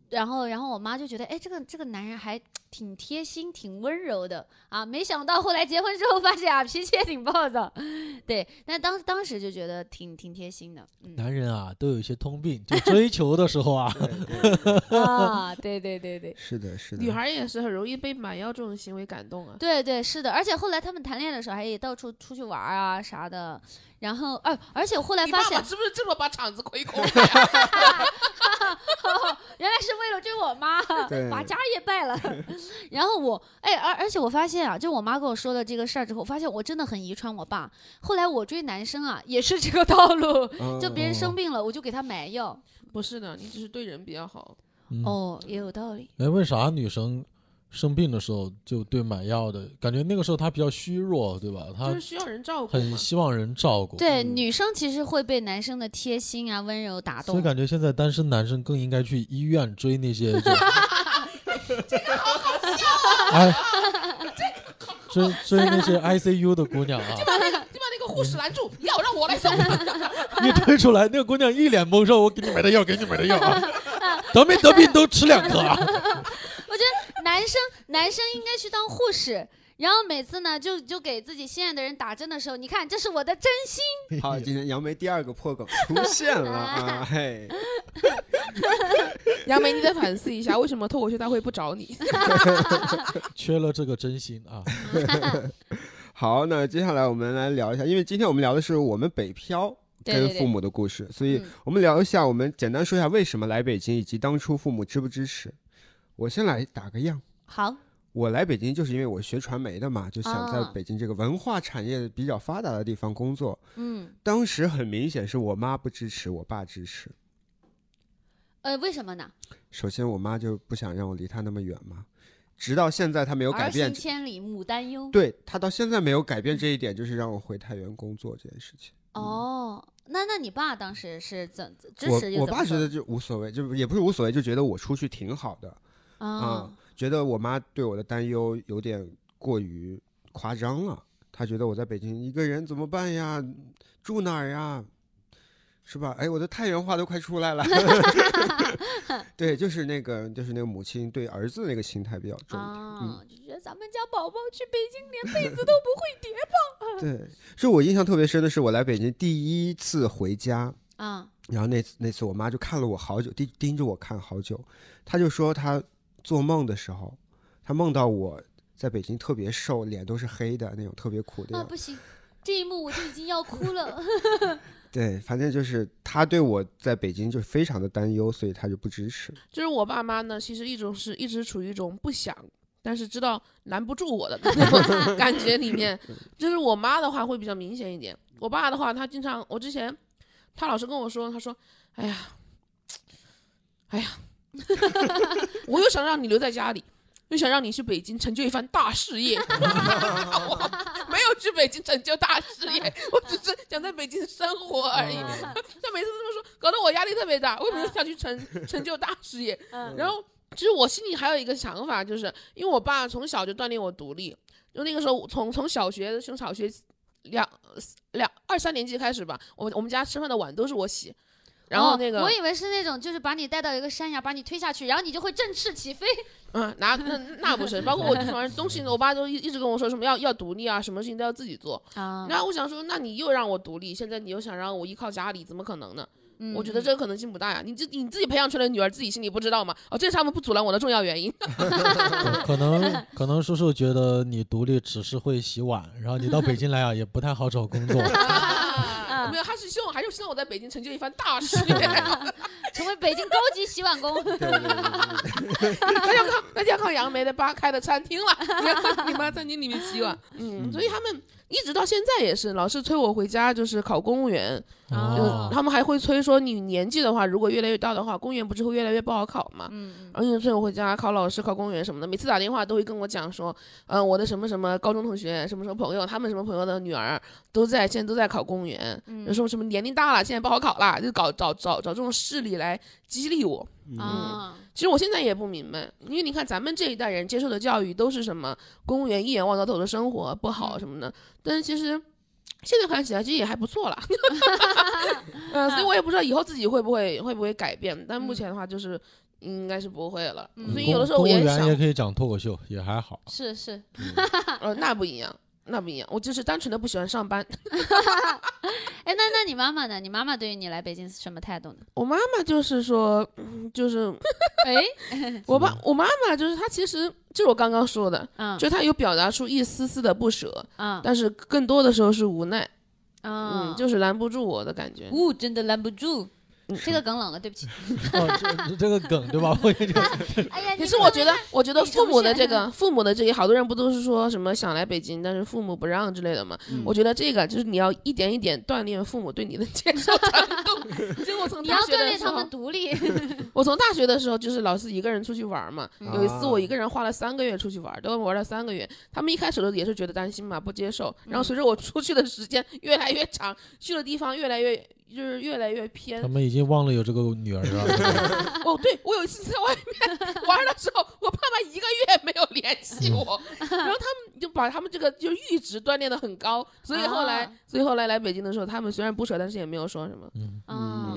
然后然后我妈就觉得哎这个这个男人还挺贴心挺温柔的啊，没想到后来结婚之后发现啊脾气也挺暴躁， 对，但当当时就觉得挺挺贴心的，嗯。男人啊都有一些通病，就追求的时 候啊，啊，对对对对。是的，是的。女孩也是很容易被买药这种行为感动啊。 对对是的，而且后来他们谈恋爱的时候还也到处出去玩儿啊啥的，然后而、而且后来你发爸现爸是不是啊这么把场子亏空？ 原来是为了追我妈，对把家也败 了。然后我，哎，而而且我发现啊，就我妈跟我说了这个事儿之后，我发现我真的很遗传我爸。后来我追男生啊，也是这个套路，嗯就别人生病了，我就给他买药。不是的，你只是对人比较好。嗯哦，也有道理。哎，为啥女生生病的时候就对买药的感觉？那个时候她比较虚弱，对吧？就她是需要人照顾很嘛。希望人照顾，对，女生其实会被男生的贴心啊、温柔打所以动。感觉现在单身男生更应该去医院追那些就。这个好好笑、哎，追追那些 ICU 的姑娘啊，你把那个护士拦住，药让我 来送。一推出来，那个姑娘一脸懵，说：“我给你买的药，给你买的药啊，得没得病都吃两颗啊。男生男生应该去当护士。然后每次呢，就就给自己心爱的人打针的时候，你看，这是我的真心。哦好，今天杨梅第二个破梗出现 了啊！嘿，杨梅，你得反思一下，为什么脱口秀大会不找你？”缺了这个真心啊，好，那接下来我们来聊一下，因为今天我们聊的是我们北漂对对跟对父母的故事，所以嗯我们聊一下，我们简单说一下为什么来北京，以及当初父母支不支持。我先来打个样，好，我来北京就是因为我学传媒的嘛，就想在啊北京这个文化产业比较发达的地方工作。嗯，当时很明显是我妈不支持，我爸支持。呃，为什么呢？首先，我妈就不想让我离她那么远嘛，直到现在她没有改变儿行，千里母担忧。对她到现在没有改变这一点，就是让我回太原工作这件事情。哦，那那你爸当时是怎支持又我我怎爸么觉说得就无所谓，就也不是无所谓，就觉得我出去挺好的啊、啊？觉得我妈对我的担忧有点过于夸张了，她觉得我在北京一个人怎么办呀？住哪儿呀？是吧？哎，我的太原话都快出来 了。 对，就是那个，就是那个母亲对儿子那个心态比较重一点。嗯啊，就觉得咱们家宝宝去北京连被子都不 会叠嗯对，是我印象特别深的是，我来北京第一次回家，啊！然后那次那次我妈就看了我好久，盯盯着我看好久，她就说她做梦的时候，她梦到我在北京特别瘦，脸都是黑的那种，特别苦的啊，样不行，这一幕我就已经要哭 了。对，反正就是她对我在北京就非常的担忧，所以她就不支持。就是我爸妈呢，其实一种是一直处于一种不想，但是知道拦不住我的 感觉里面。就是我妈的话会比较明显一点，我爸的话，他经常我之前他老是跟我说，他说：“哎呀，哎呀， 我又想让你留在家里。”又想让你去北京成就一番大事业， 我没有去北京成就大事业，我只是想在北京生活而已。啊他每次都这么说，搞得我压力特别大。我也没有想去成成就大事业，嗯啊然后其实我心里还有一个想法，就是因为我爸从小就锻炼我独立，就那个时候从从小学从小学两两二三年级开始吧，我我们家吃饭的碗都是我洗。然后那哦个我以为是那种，就是把你带到一个山崖，把你推下去，然后你就会振翅起飞。嗯，那那那不是，包括我反正东西，我爸都一一直跟我说什么要要独立啊，什么事情都要自己做。啊那我想说，那你又让我独立，现在你又想让我依靠家里，怎么可能呢？嗯我觉得这个可能性不大呀。你自你自己培养出来的女儿，自己心里不知道吗？哦，这是他们不阻拦我的重要原因。对可能可能叔叔觉得你独立只是会洗碗，然后你到北京来啊也不太好找工作。嗯 没有，他是希望还是希望我在北京成就一番大事业。成为北京高级洗碗 工。 对对对对对那要靠那就要靠杨梅的吧开的餐厅了，你要 你妈餐厅里面洗碗。嗯，所以他们一直到现在也是老是催我回家，就是考公务员。就是哦他们还会催说，你年纪的话，如果越来越大的话，公务员不是会越来越不好考吗？嗯，而且催我回家考老师、考公务员什么的，每次打电话都会跟我讲说，嗯、我的什么什么高中同学、什么什么朋友，他们什么朋友的女儿都在现在都在考公务员，有时候什么年龄大了，现在不好考了，就搞找找找这种事例来激励我。嗯啊，其实我现在也不明白，因为你看咱们这一代人接受的教育都是什么公务员一眼望到头的生活不好什么的，但是其实现在看起来其实也还不错啦。嗯，所以我也不知道以后自己会不会会不会改变，但目前的话就是应该是不会了。嗯所以公有的时候我公务员想也，可以讲脱口秀，也还好。是是，呃，那不一样。那不一样，我就是单纯的不喜欢上班。哎，那那你妈妈呢？你妈妈对于你来北京是什么态度呢？我妈妈就是说，嗯就是哎，我爸，我妈妈就是她，其实就是我刚刚说的，嗯就她有表达出一丝丝的不舍，嗯但是更多的时候是无奈。嗯，嗯，就是拦不住我的感觉。呜，真的拦不住嗯。这个梗冷了，对不起。哦， 这这个梗对吧？我也就哎呀，可是我觉得，我觉得你父母的重现这个，父母的这个，好多人不都是说什么想来北京，但是父母不让之类的嘛？嗯我觉得这个就是你要一点一点锻炼父母对你的 接受程 度。就我从你要大学锻的炼时他候们，独 立。我从大学的时候就是老是一个人出去玩嘛。嗯有一啊次我一个人花了三个月出去玩，都玩了三个月。他们一开始的时候也是觉得担心嘛，不接受。然后随着我出去的时间越来越长，去的地方越来越就是越来越偏他，们已经忘了有这个女儿了。哦，对，我有一次在外 面玩的时候，我爸妈一个月没有联系我，嗯然后他们就把他们这个就阈值锻炼的很高，所以后来，啊所以后来来北京的时候，他们虽然不舍，但是也没有说什么。嗯，嗯，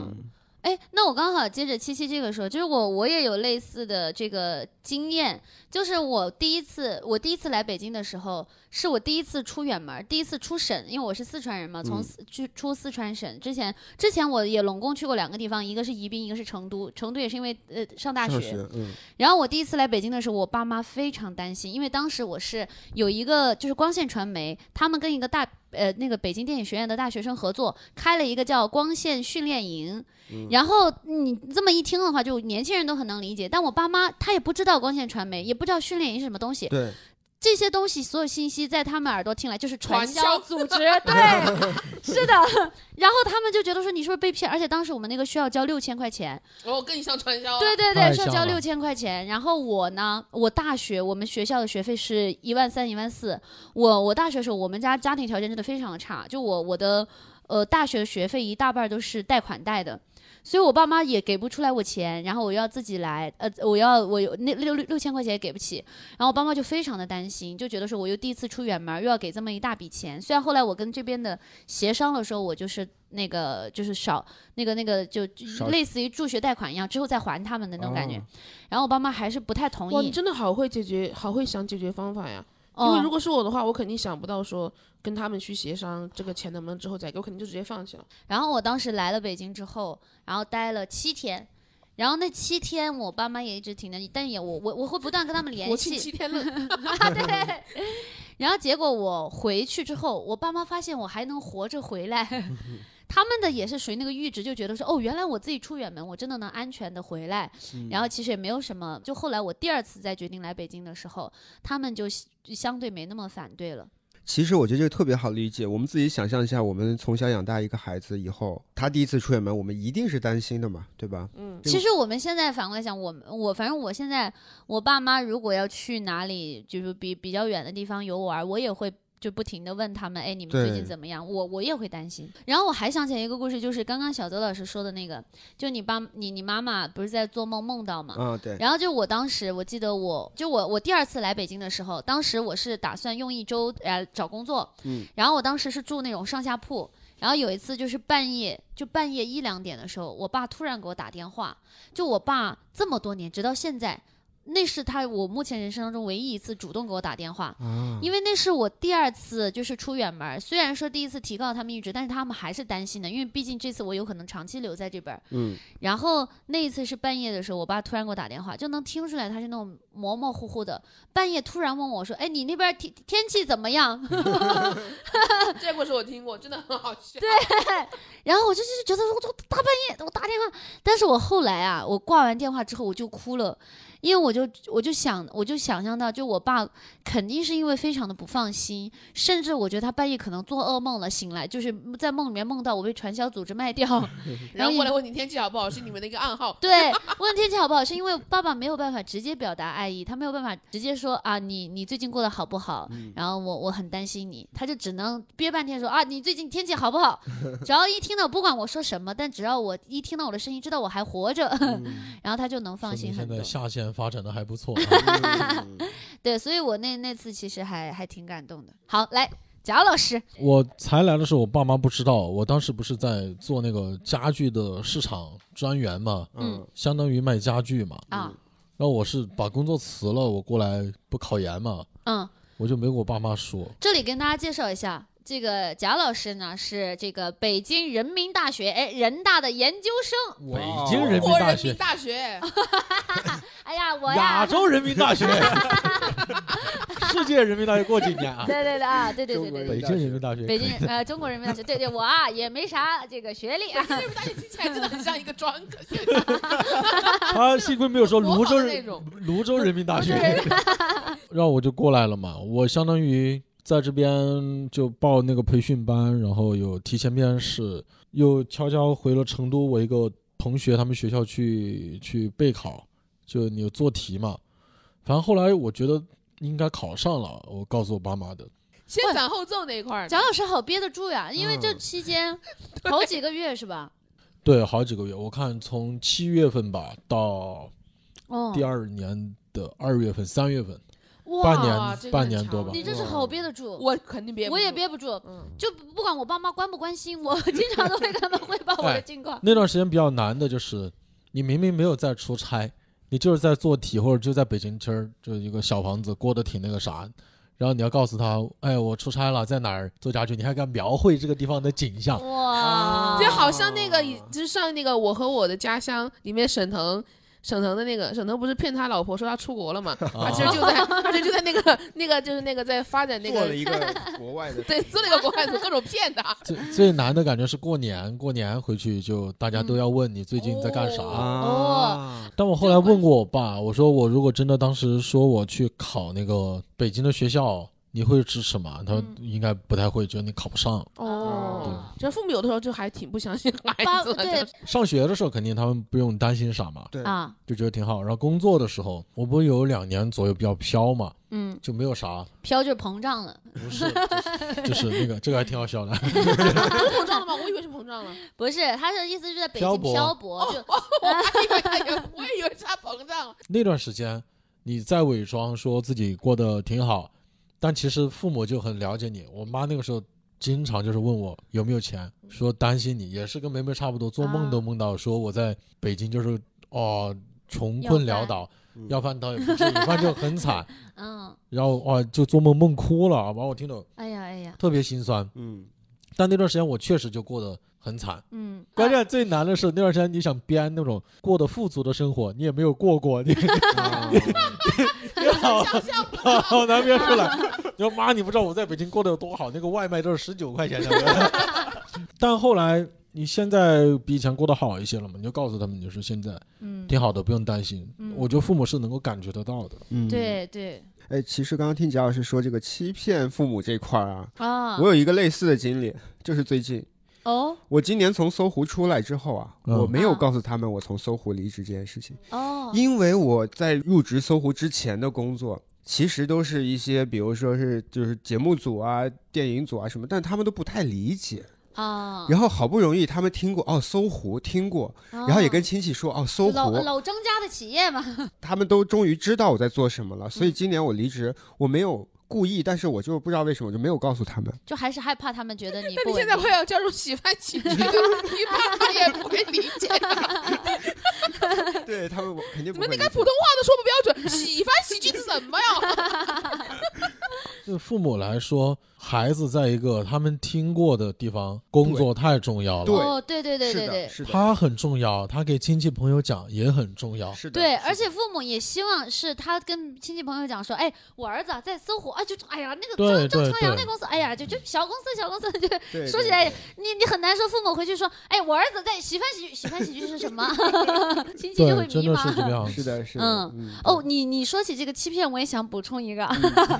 嗯哎，那我刚好接着七七这个说，就是我我也有类似的这个经验，就是我第一次我第一次来北京的时候，是我第一次出远门儿，第一次出省，因为我是四川人嘛，从嗯四去、出四川省之前，之前我也拢共去过两个地方，一个是宜宾，一个是成都，成都也是因为呃上大上学，学，嗯，然后我第一次来北京的时候，我爸妈非常担心，因为当时我是有一个 就是光线传媒，他们跟一个大呃那个北京电影学院的大学生合作，开了一个叫光线训练营。然后你这么一听的话，就年轻人都很能理解，但我爸妈他也不知道光线传媒，也不知道训练营是什么东西，对，这些东西所有信息在他们耳朵听来就是传传销销组织，对， 是的。然后他们就觉得说你是不是被骗？而且当时我们那个需要交六千块钱。 哦，更像传销对对太对，需要像交了六千块钱。然后我呢，我大学我们学校的学费是一万三、一万四。我我大学的时候，我们家家庭条件真的非常的差，就我我的呃大学的学费一大半儿都是贷款贷的。所以我爸妈也给不出来我钱，然后我要自己来，呃，我要我有那六六六千块钱也给不起，然后我爸妈就非常的担心，就觉得说我又第一次出远门儿，又要给这么一大笔钱。虽然后来我跟这边的协商的时候，我就是那个就是少那个那个就就少哦类似于助学贷款一样，之后再还他们的那种感觉。然后我爸妈还是不太同哇，你意。真的好会解决，好会想解决方法呀！因为哦如果是我的话，我肯定想不到说跟他们去协商这个钱能不能之后再给，我肯定就直接放弃了。然后我当时来了北京之后，然后待了七天。然后那七天，我爸妈也一直挺着，但也我我我会不断跟他们联国庆系。七天乐， 啊，对。然后结果我回去之后，我爸妈发现我还能活着回 来，他们的也是属于那个阈值，就觉得说哦，原来我自己出远门，我真的能安全的回来。然后其实也没有什么，就后来我第二次再决定来北京的时候，他们就相相对没那么反对了。其实我觉得这个特别好理解。我们自己想象一下，我们从小养大一个孩子以后，他第一次出远门，我们一定是担心的嘛，对吧？嗯，对其实我们现在反过来想，我们我反正我现在我爸妈如果要去哪里，就是比比较远的地方游玩，我也会。就不停的问他们，哎，你们最近对怎么样？我我也会担心。然后我还想起来一个故事，就是刚刚小泽老师说的那个，就你爸你你妈妈不是在做梦梦到吗？啊，对，然后就我当时我记得我就我我第二次来北京的时候，当时我是打算用一周呃找工作，嗯然后我当时是住那种上下铺。然后有一次就是半夜，就半夜一两点的时候，我爸突然给我打电话，就我爸这么多年直到现在，那是他我目前人生当中唯一一次主动给我打电话，啊，因为那是我第二次就是出远门儿，虽然说第一次提告他们一职，但是他们还是担心的，因为毕竟这次我有可能长期留在这边儿。 嗯然后那一次是半夜的时候，我爸突然给我打电话，就能听出来他是那种模模糊糊的，半夜突然问我说：“哎，你那边儿天天气怎么样？” 这故事我听过，真的很好笑。然后我就就觉得我我大半夜我打电话，但是我后来啊，我挂完电话之后我就哭了，因为我就我就想我就想象到，就我爸肯定是因为非常的不放心，甚至我觉得他半夜可能做噩梦了，醒来就是在梦里面梦到我被传销组织卖掉，然后过来问你天气好不好，是你们的一个暗 号。对，问天气好不好，是因为爸爸没有办法直接表达爱意，他没有办法直接说啊，你你最近过得好不好？然后我我很担心你，他就只能憋半天说啊，你最近天气好不好？只要一听到不管我说什么，但只要我一听到我的声音，知道我还活着，嗯 然后他就能说放心明很现多在。下线发展的还不错、啊。嗯对，所以我那那次其实还还挺感动的。好，来贾老师，我才来的时候，我爸妈不知道，我当时不是在做那个家具的市场专员嘛，嗯相当于卖家具嘛。啊，然后我是把工作辞了，我过来不考研嘛，嗯，我就没跟我爸妈说。这里跟大家介绍一下，这个贾老师呢是这个北京人民大学哎人大的研究生。哇北京人民我大人民学，大学，哎呀，我呀亚，洲人民大学，世界人民大学过几年啊？ 对对对啊，对对对中国对人对。北京人民大学，北京呃，中国人民大学，对对，我啊也没啥这个学历啊，人民大学听起来真的很像一个专科， 他幸亏没有说多泸好州的那人，种。泸州人 民大啊学泸州人，然后我就过来了嘛，我相当于在这边就报那个培训班，然后有提前面试，又悄悄回了成都，我一个同学他们学校去去备考，就你有做题嘛，反正后来我觉得应该考上了，我告诉我爸妈的，先斩后奏那一块儿，贾老师好憋得住呀，因为这期间好几个月是吧？对，好几个月，我看从七月份吧到哦第，二年的二月份、三月份，哇半哇这年个半很年长嗯多吧你。这是好憋得住，我肯定别，我也，憋不住，嗯，就不不管我爸妈关不关心，我经常都会跟他们汇报我的哎近 况。那段时间比较难的就是，你明明没有在出差，你就是在做题或者就在北京村儿，就一个小房子过得挺那个啥。然后你要告诉他，哎，我出差了，在哪儿做家具，你还敢描绘这个地方的景象？啊嗯哇，就好像那个以，就是上那个《我和我的家乡》里面沈腾。沈腾的那个，沈腾不是骗他老婆说他出国了嘛？他其实就在，他其实就在那个那个就是那个在发展那做了个，一 个国外的对，做那个国外的各种骗他。最最难的感觉是过年，过年回去就大家都要问你最近在干啥。哦哦啊，但我后来问过我爸，我说我如果真的当时说我去考那个北京的学校，你会支持吗？他说嗯应该不太会，觉得你考不上。哦，这父母有的时候就还挺不相信孩八子的，对就是上学的时候肯定他们不用担心啥嘛，对，啊，就觉得挺好。然后工作的时候，我不是有两年左右比较飘嘛，嗯，就没有啥，飘就膨胀了，不 是，就是就是那个这个还挺好笑的。膨胀了吗？我以为是膨胀了，不是，他的意思是在北漂京泊漂泊，就我还以为他有，哎我也以为是他膨 胀了。那段时间，你在伪装说自己过得挺好，但其实父母就很了解你。我妈那个时候经常就是问我有没有钱，说担心你，也是跟梅梅差不多，做梦都梦到说我在北京就是哦穷困潦倒，要要饭倒也不至于，反正就很惨。嗯，然后哇就做梦梦哭了，把我听得哎呀哎呀，特别心酸。嗯但那段时间我确实就过得很惨。嗯，关键最难的是那段时间，你想编那种过得富足的生活，你也没有过过，你你啊好想象不到，好难编出来。你说妈，你不知道我在北京过得有多好，那个外卖都是十九块钱 的。但后来你现在比以前过得好一些了嘛？你就告诉他们，你说现在嗯，挺好的，不用担心。嗯我觉得父母是能够感觉得到的。 嗯，对对哎，其实刚刚听贾老师说这个欺骗父母这块儿啊，啊我，有一个类似的经历，就是最近哦我今年从搜狐出来之后啊，嗯我没有啊告诉他们我从搜狐离职这件事情，哦，因为我在入职搜狐之前的工作。其实都是一些，比如说是就是节目组啊、电影组啊什么，但他们都不太理解。啊，然后好不容易他们听过哦，搜狐听过，然然后也跟亲戚说哦，搜老狐，老张家的企业嘛，嗯他们都终于知道我在做什么了。所以今年我离职，我没有故意，但是我就不知道为什么我就没有告诉他们。就还是害怕他们觉得你那不你稳现在快定。要加入洗饭情绪了，你爸妈也不会理解的。对他们我肯定你不们会理那个解。普通话都说不标准，洗饭喜剧是什么呀？对父母来说，孩子在一个他们听过的地方工作太重要了。对哦，对对对对对。是的，是的，他很重要，他给亲戚朋友讲也很重要。是的，对，是的而且父母也希望是他跟亲戚朋友讲说，哎，我儿子啊在搜狐啊，就哎呀那个对张张对朝阳那对公司，哎呀就就小公司小公司，就对说起对来对你你很难说父母回去说，哎，我儿子在喜欢喜剧，喜欢喜剧是什么？ 亲戚就会对，真迷的是这个茫。样 是子。的，是的，嗯嗯，哦，你你说起这个欺骗，我也想补充一个，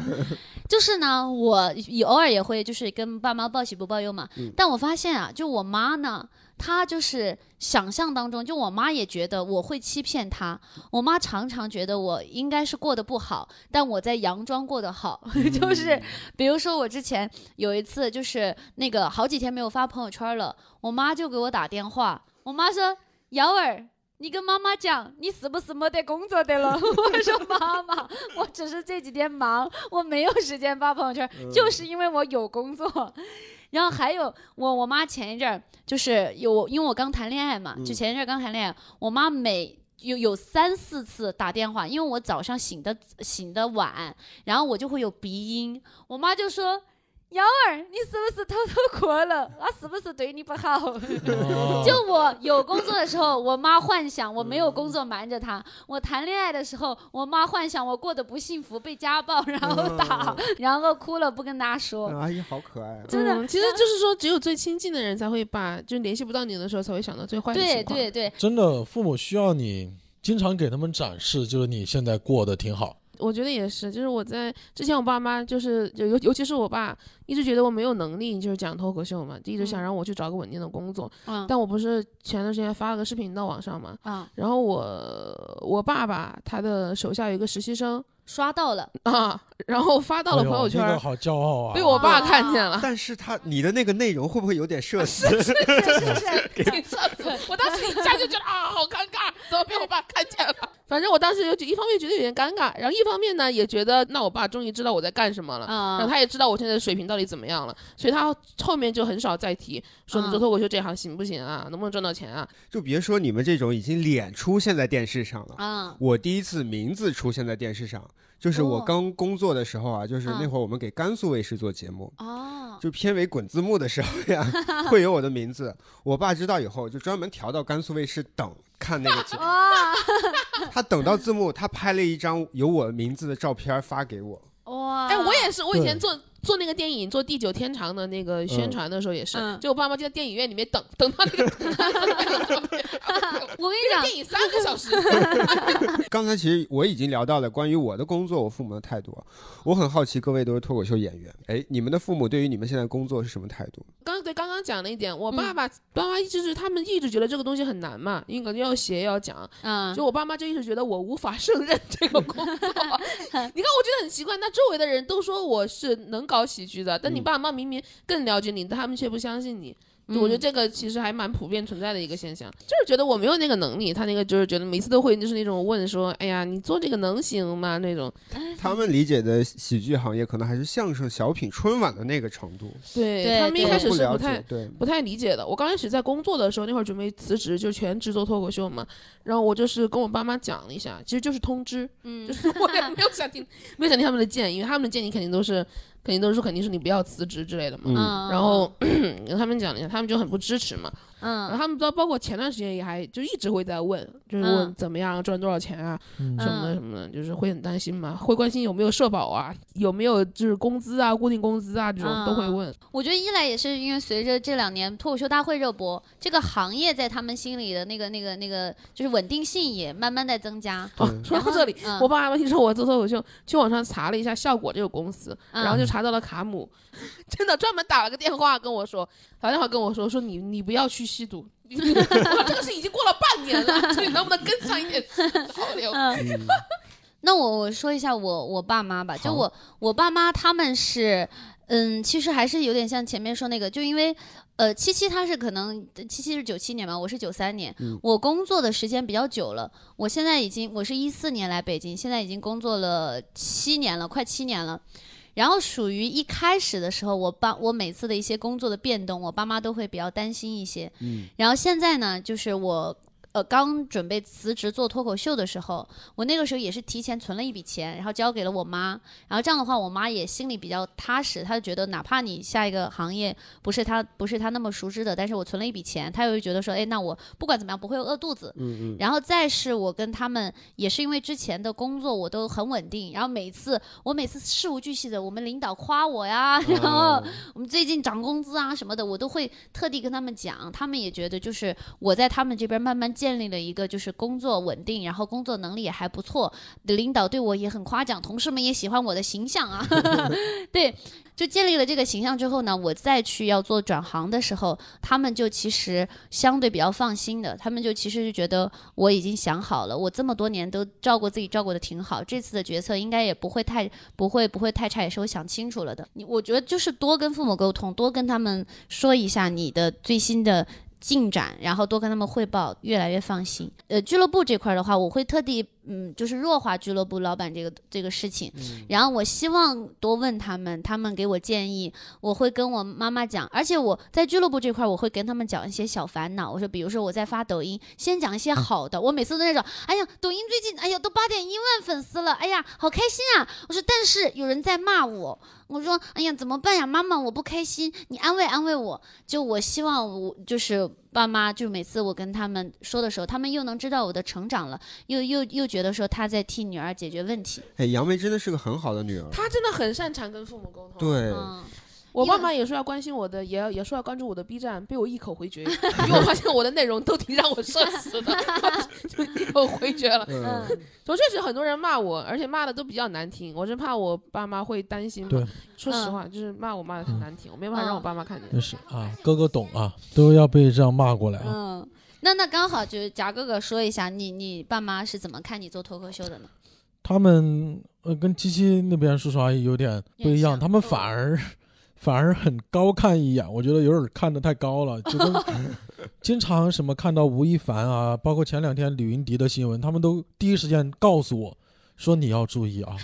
就是呢，我也偶尔也会就是跟爸妈报喜不报忧嘛，嗯但我发现啊，就我妈呢，她就是想象当中，就我妈也觉得我会欺骗她，我妈常常觉得我应该是过得不好，但我在佯装过得好， 就是比如说我之前有一次就是那个好几天没有发朋友圈了，我妈就给我打电话，我妈说瑶儿。你跟妈妈讲，你是不是没得工作的了？ 我说妈妈， 我只是这几天忙，我没有时间发朋友圈，就是因为我有工作。 然后还有我我妈前一阵儿就是有，因为我刚谈恋爱嘛，就前一阵儿刚谈恋爱，我妈每有有三四次打电话，因为我早上醒的醒的晚，然后我就会有鼻音，我妈就说。瑶儿，你是不是偷偷过了？我是不是对你不好？ 哦就我有工作的时候，我妈幻想我没有工作瞒着她；我谈恋爱的时候，我妈幻想我过得不幸福，被家暴，然后打，然后哭了不跟大家嗯说。阿姨好可爱啊。真的嗯其实就是说，只有最亲近的人才会把，就联系不到你的时候才会想到最坏的对情况。对对，真的，父母需要你经常给他们展示，就是你现在过得挺好。我觉得也是，就是我在之前，我爸妈就是就尤尤其是我爸，一直觉得我没有能力，就是讲脱口秀嘛，就一直想嗯让我去找个稳定的工作。嗯但我不是前段时间发了个视频到网上嘛，啊，然后我我爸爸他的手下有一个实习生刷到了，啊，然后发到了哎呦朋友圈那儿个，好骄傲啊！被我爸哇看见了。但是他你的那个内容会不 会有点社死？啊是是 是，挺社死。我当时一下就觉得啊，好尴 尬，怎么被我爸看见了？反正我当时就一方面觉得有点尴尬，然后一方面呢也觉得，那我爸终于知道我在干什么了。然后啊，他也知道我现在的水平到底怎么样了，所以他后面就很少再提说你嗯做脱口秀这行行不行啊，能不能赚到钱啊？ 就别说你们这种已经脸出现在电视上了。嗯啊，我第一次名字出现在电视上，就是哦我刚工作的时候啊，就是嗯那会儿我们给甘肃卫视做节目，哦，就片尾滚字幕的时候呀， 会有我的名字。我爸知道以后，就专门调到甘肃卫视等看那个节目。哇他等到字幕，他拍了一张有我名字的照片发给我。哇，哎，我也是，我以前对做做那个电影做《地久天长》的那个宣嗯传的时候也是，嗯就我爸妈就在电影院里面等 等到那个我跟你讲，电影三个 小时，刚才其实我已经聊到了关于我的工作，我父母的态度。我很好奇，各位都是脱口秀演员，哎，你们的父母对于你们现在工作是什么态度？刚对刚刚讲了一点，我嗯爸爸、爸妈一直是他们一直觉得这个东西很难嘛，因为感觉要写要讲，嗯就我爸妈就一直觉得我无法胜任这个 工作。你看，我觉得很奇怪，那周围的人都说我是能搞喜剧的，但你嗯爸妈明明更了解你，但他们却不相信你。就嗯我觉得这个其实还蛮普遍存在的一个现象，就是觉得我没有那个能力，他那个就是觉得每次都会就是那种问说，哎呀，你做这个能行吗？那种他们理解的喜剧行业可能还是相声、小品、春晚的那个程度，对对他们一对开始不是了不太解。对，不太理解的。我刚开始在工作的时候，那会儿准备辞职，就全职做脱口秀嘛。然后我就是跟我爸妈讲了一下，其实就是通知，嗯就，是 我也没有想听，没有想听他们的建议，因为他们的建议肯定都是，肯定都是肯定是你不要辞职之类的嘛。嗯嗯然后 跟他们讲了一下，他们就很不支持嘛。然后嗯他们包包括前段时间也还就一直会在问，就是问嗯怎么样赚多少钱啊，嗯什么嗯的什么的，就是会很担心嘛，会关心有没有社保啊，有没有就是工资啊、固定工资啊这种都会嗯问。我觉得一来也是因为随着这两年脱口秀大会热播，这个行业在他们心里的那个、那个、那个，就是稳定性也慢慢在增加。 哦，对说然到后这里，嗯我爸爸听说我做脱口秀，去网上查了一下效果这个公司，嗯然后就查到了卡姆， 真的专门打了个电话跟我说，打电话跟我说说你你不要去吸毒， 你我这个是已经过了半年了，所以能不能跟上一点 潮流？嗯， 那我我说一下我我爸妈吧，就好我我爸妈他们是，嗯，其实还是有点像前面说那个，就因为。呃，七七他是可能七七是九七年嘛，我是九三年，嗯我工作的时间比较久了，我现在已经我是一四年来北京，现在已经工作了七年了，快七年了。然后属于一开始的时候，我爸我每次的一些工作的变动，我爸妈都会比较担心一些。嗯，然后现在呢，就是我呃刚准备辞职做脱口秀的时候，我那个时候也是提前存了一笔钱，然后交给了我妈。然后这样的话，我妈也心里比较踏实，她就觉得哪怕你下一个行业不是她不是她那么熟知的，但是我存了一笔钱，她又会觉得说，哎，那我不管怎么样不会饿肚子。嗯嗯，然后再是我跟他们也是因为之前的工作我都很稳定，然后每次我每次事无巨细的，我们领导夸我哦呀，然后我们最近涨工资啊什么的，我都会特地跟他们讲，他们也觉得就是我在他们这边慢慢建立了一个就是工作稳定，然后工作能力也还不错，领导对我也很夸奖，同事们也喜欢我的形象啊， 对，就建立了这个形象之后呢，我再去要做转行的时候，他们就其实相对比较放心的，他们就其实就觉得我已经想好了，我这么多年都照顾自己照顾的挺好，这次的决策应该也不会太不会不会太差，也是我想清楚了的。你我觉得就是多跟父母沟通，多跟他们说一下你的最新的。进展，然后多跟他们汇报，越来越放心。呃，俱乐部这块儿的话，我会特地嗯，就是弱化俱乐部老板这个这个事情，然后我希望多问他们，他们给我建议，我会跟我妈妈讲，而且我在俱乐部这块儿，我会跟他们讲一些小烦恼。我说，比如说我在发抖音，先讲一些好的。我每次都那种，哎呀，抖音最近，哎呀，都八点一万粉丝了，哎呀，好开心啊！我说，但是有人在骂我，我说，哎呀，怎么办呀，妈妈，我不开心，你安慰安慰我。就我希望我就是爸妈，就每次我跟他们说的时候，他们又能知道我的成长了，又又又觉得说他在替女儿解决问题。哎，杨梅真的是个很好的女儿，他真的很擅长跟父母沟通。，对，嗯，我因为爸妈也说要关心我的，也要也说要关注我的 B 站，被我一口回绝， 因为我发现我的内容都挺让我社 死的，就一口回绝了。嗯，我确实很多人骂我，而且骂的都比较难听，我是怕我爸妈会担心嘛。对说嗯实话，就是骂我嗯骂的很难听，我没办法让我爸妈看见。真是啊，哥哥懂啊，都要被这样骂过来啊。嗯，那那刚好就是贾哥哥说一下，你你爸妈是怎么看你做脱口秀的呢？他们呃跟七七那边叔叔阿姨有点不有一点样，像他们反嗯而 反而很高看一眼，我觉得有点看得太 高了，就跟经常什么看到吴亦凡啊，包括前两天李云迪的新闻，他们都第一时间告诉我说你要注意 啊。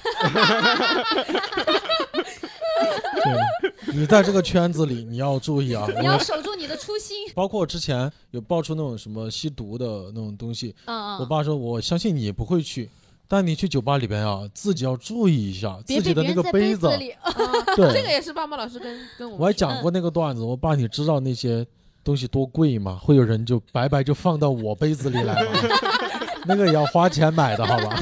对，你在这个圈子里，你要注意啊！你要我守住你的初心。包括之前有爆出那种什么吸毒的那种东西，嗯我嗯，爸说：“我相信你不会去，但你去酒吧里边啊，自己要注意一下别自被己的别那人个在杯子里。 啊这个对，也是爸妈老师跟跟我们我还说的嗯讲过那个段子，我爸，你知道那些东西多贵吗？会有人就白白就放到我杯子里来吗？ 那个也要花钱买的，好吧？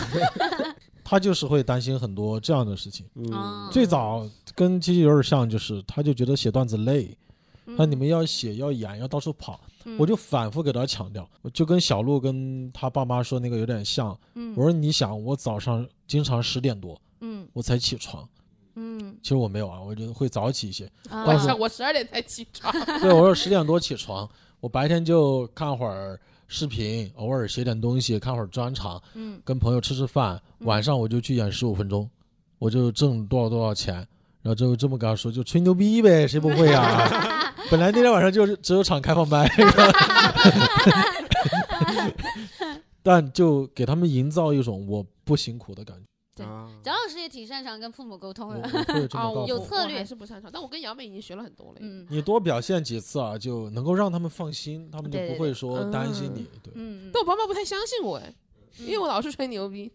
他就是会担心很多这样的事情。嗯，最早跟七七有点像，就是他就觉得写段子累，嗯他说你们要写要演要到处跑，我就反复给他强调，我就跟小鹿跟他爸妈说那个有点像。嗯我说你想，我早上经常十点多嗯我才起床，嗯，其实我没有啊，我就会早起 一些。啊但晚是上我十二点才起床，对，我说十点多起床，我白天就看会儿视频，偶尔写点东西，看会儿专场，嗯跟朋友吃吃饭，晚上我就去演十五分钟，我就挣多少多少钱，然后就这么跟他说，就吹牛逼呗，谁不会啊？ 本来那天晚上就是只有场开放麦， 但就给他们营造一种我不辛苦的感觉，对啊蒋老师也挺擅长跟父母沟我通我的。会这啊，么我告哦有诉我我。策我略还是不擅长，但我跟杨梅已经学了很多了。嗯 你多表现几次啊，就能够让他们放心，他们就对对不对会说担心嗯你。 对，嗯，但我爸妈不太相信我哎，因为我老是吹牛逼，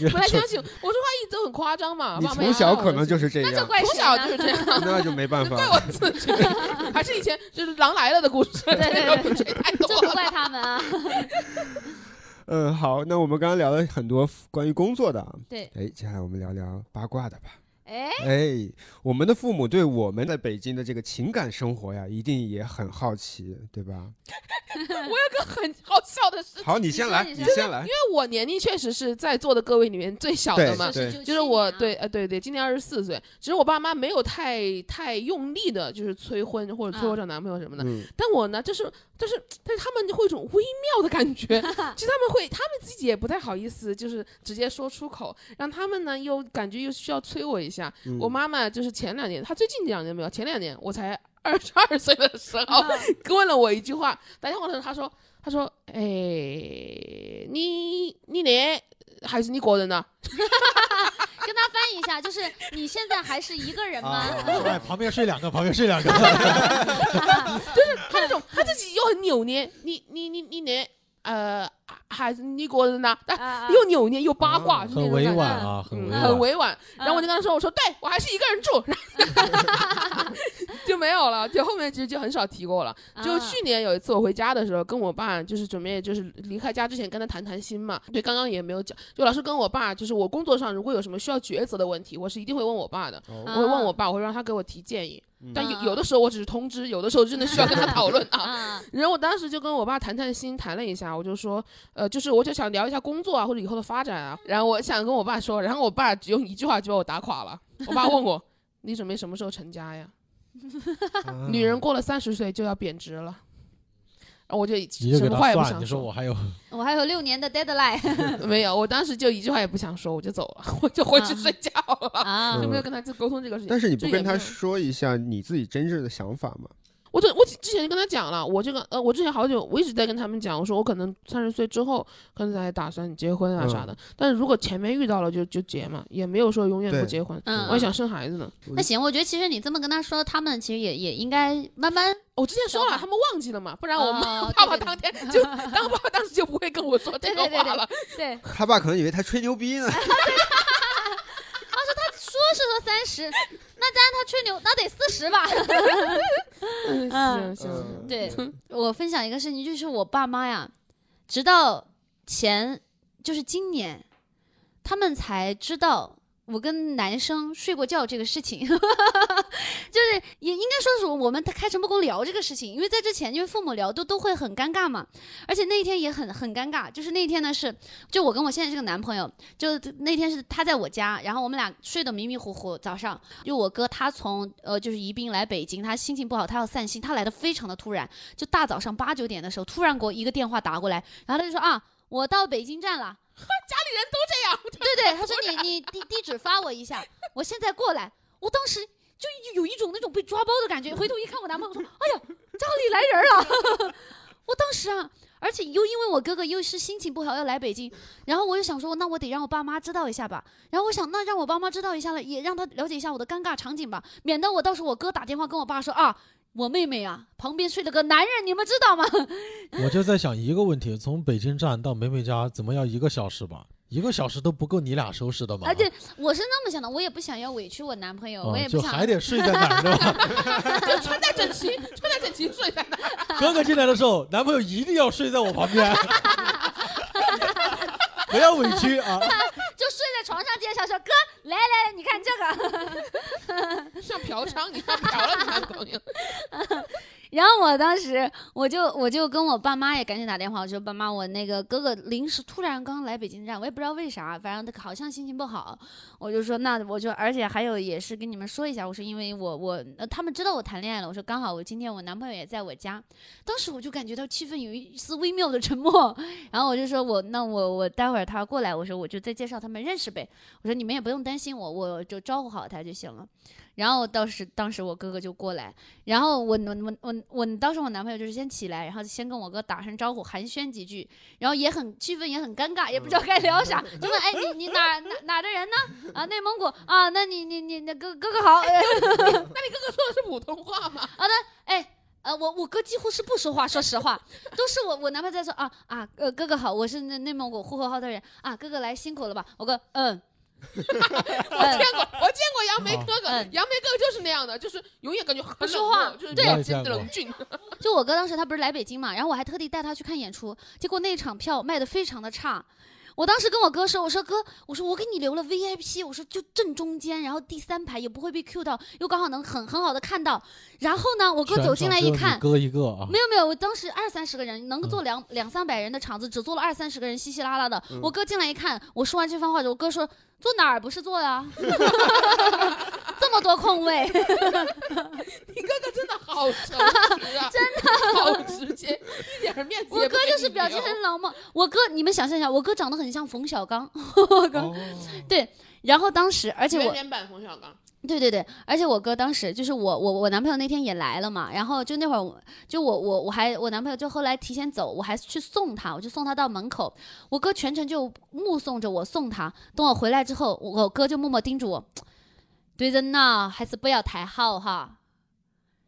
也不 太相信我。我说话一直都很夸张嘛，你爸妈也从小骂我可能就是是这样，怪从小就是这样， 那就没办就法怪了。我自己，还是以前就是《狼来了》的故事，对对对吹太多这不了。怪他们啊。嗯，好，那我们刚刚聊了很多关于工作的啊，对，哎，接下来我们聊聊八卦的吧。 哎，哎，我们的父母对我们在北京的这个情感生活呀，一定也很好奇，对吧？很好笑的是，好，你先来，你你先先来。因为我年龄确实是在座的各位里面最小的嘛对。是啊就是我对，呃对对，今年二十四岁，其实我爸妈没有太太用力的，就是催婚或者催我找男朋友什么的。嗯，但我呢，就是就是，但是他们就会有一种微妙的感觉， 其实他们会，他们自己也不太好意思，就是直接说出口，让他们呢又感觉又需要催我一下。嗯我妈妈就是前两年，她最近两年没有，前两年我才 二十二岁的时候 问了我一句话，然后呢，她说，她说，哎，你你呢？还是你个人呢？跟他翻译一下，就是你现在还是一个人吗？啊哎，旁边睡两个，旁边睡两个。他那种他自己又很扭捏，你你你你你，呃，还你国人呐，但啊又扭捏又八卦，啊就那很委种感觉婉啊，很嗯委很婉。委婉。然后我就跟他说，我说对我还是一个人住， 然后就没有了，就后面其实就很少提过了。就去年有一次我回家的时候，跟我爸就是准备就是离开家之前跟他谈谈心嘛。对，刚刚也没有讲，就老是跟我爸，就是我工作上如果有什么需要抉择的问题，我是一定会问我爸的。我哦啊会问我爸，我会让他给我提建议。嗯但啊有有的时候我只是通知，有的时候真的需要跟他讨论啊。啊然后我当时就跟我爸谈谈心，谈了一下，我就说，呃，就是我就想聊一下工作啊，或者以后的发展啊。然后我想跟我爸说，然后我爸只用一句话就把我打垮了。我爸问我，你准备什么时候成家呀？啊女人过了三十岁就要贬值了。然后我就你就什给么他话也不算，想你说我还有 我还有六年的 deadline 没有，我当时就一句话也不想说，我就走了， 我就回去啊睡觉了，啊 就没有跟他沟通这个事情。嗯但是你不这也跟他没有说一下你自己真正的想法吗？我对我之前跟他讲了，我这个呃，我之前好久我一直在跟他们讲，我说我可能三十岁之后可能才打算结婚啊嗯啥的，但是如果前面遇到了就就结嘛，也没有说永远不对结婚。嗯，我还想生孩子呢，那行，我觉得其实你这么跟他说，他们其实也也应该慢慢。我之前说了，他们忘记了嘛，不然我妈、哦 爸爸对对当天就 当爸爸当时就不会跟我说这个对对对话了。对，他爸可能以为他吹牛逼呢。说是说三十，那当然他吹牛，那得四十吧。嗯嗯行行嗯行，对，我分享一个事情，就是我爸妈呀，直到前就是今年，他们才知道我跟男生睡过觉这个事情， 就是也应该说是我们开诚布公聊这个事情，因为在之前，因为父母聊都都会很尴尬嘛，而且那一天也很很尴尬，就是那一天呢是就我跟我现在这个男朋友，就那天是他在我家，然后我们俩睡得迷迷糊糊，早上就我哥他从呃就是宜宾来北京，他心情不好，他要散心，他来的非常的突然，就大早上八九点的时候，突然给我一个电话打过来，然后他就说啊，我到北京站了。 对对， 他说你你地地址发我一下，我现在过来。我当时就有一种那种被抓包的感觉，回头一看我男朋友，我说哎呀，家里来人了。 我当时啊，而且又因为我哥哥又是心情不好要来北京，然后我就想说，那我得让我爸妈知道一下吧。然后我想，那让我爸妈知道一下了，也让他了解一下我的尴尬场景吧，免得我到时候我哥打电话跟我爸说啊。我妹妹啊，旁边睡了个男人，你们知道吗？我就在想一个问题：从北京站到梅梅家，怎么要一个小时吧？一个小时都不够你俩收拾的吧？而且我是那么想的，我也不想要委屈我男朋友，我啊也不就想还 得睡在哪儿是吧？就穿戴整齐，穿戴整齐 睡在那。哥哥进来的时候，男朋友一定要睡在我旁边，不要委屈啊！就睡在床上介绍说：“哥，来来来，你看这个。嗯像嫖娼，你看嫖了你男朋友，”然后我当时我就我就跟我爸妈也赶紧打电话，我说：“爸妈，我那个哥哥临时突然刚来北京站，我也不知道为啥，反正他好像心情不好。”我就说：“那我就而且还有也是跟你们说一下，我说因为我我、呃他们知道我谈恋爱了，我说刚好我今天我男朋友也在我家，当时我就感觉到气氛有一丝微妙的沉默，然后我就说我那我我待会儿他过来，我说我就再介绍他们认识呗，我说你们也不用担心我，我就招呼好他就行了。”然后当时当时我哥哥就过来，然后我我我我我当时我男朋友就是先起来，然后先跟我哥打声招呼，寒暄几句，然后也很气氛也很尴尬，也不知道该聊啥， 就问哎你你哪哪哪的人呢？啊内蒙古啊，那你你你那哥哥哥好， 哎说的是普通 话吗？哎。呃，我我哥几乎是不说话，说实话，都是我我男朋友在说啊啊，呃哥哥好，我是内内蒙古呼和浩特人啊，哥哥来辛苦了吧？我哥嗯，我见过，我见过杨哦梅哥哥，嗯杨梅哥哥就是那样的，就是永远感觉很不说冷漠话就是对冷静冷峻。就我哥当时他不是来北京嘛，然后我还特地带他去看演出，结果那场票卖的非常的差。我当时跟我哥说，我说哥，我说我给你留了 VIP，我说就正中间，然后第三排也不会被 Q 到，又刚好能很很好的看到。然后呢，我哥走进来一全场只有看你，嗯哥一个啊！没有没有，我当时二三十个人，能够坐两、两三百人的场子，只坐了二三十个人，稀稀拉拉的。嗯我啊 哥进来一看，我说完这番话，我哥说坐哪儿不是坐呀、坐么多空位，你哥哥真的好诚实 啊，真的好直接，一点儿面子也不我哥给就是你哦表情留很冷漠。我哥，你们想象一下，我哥长得很像冯小刚， 我哥。哦然后当时，而且圆我，脸版冯小刚，对对对，而且我哥当时就是我我我男朋友那天也来了嘛，然后就那会儿我就我我我还我男朋友就后来提前走，我还去送他，我就送他到门口，我哥全程就目送着我送他。等我回来之后，我我哥就默默叮嘱我，对人呐还是不要太好哈，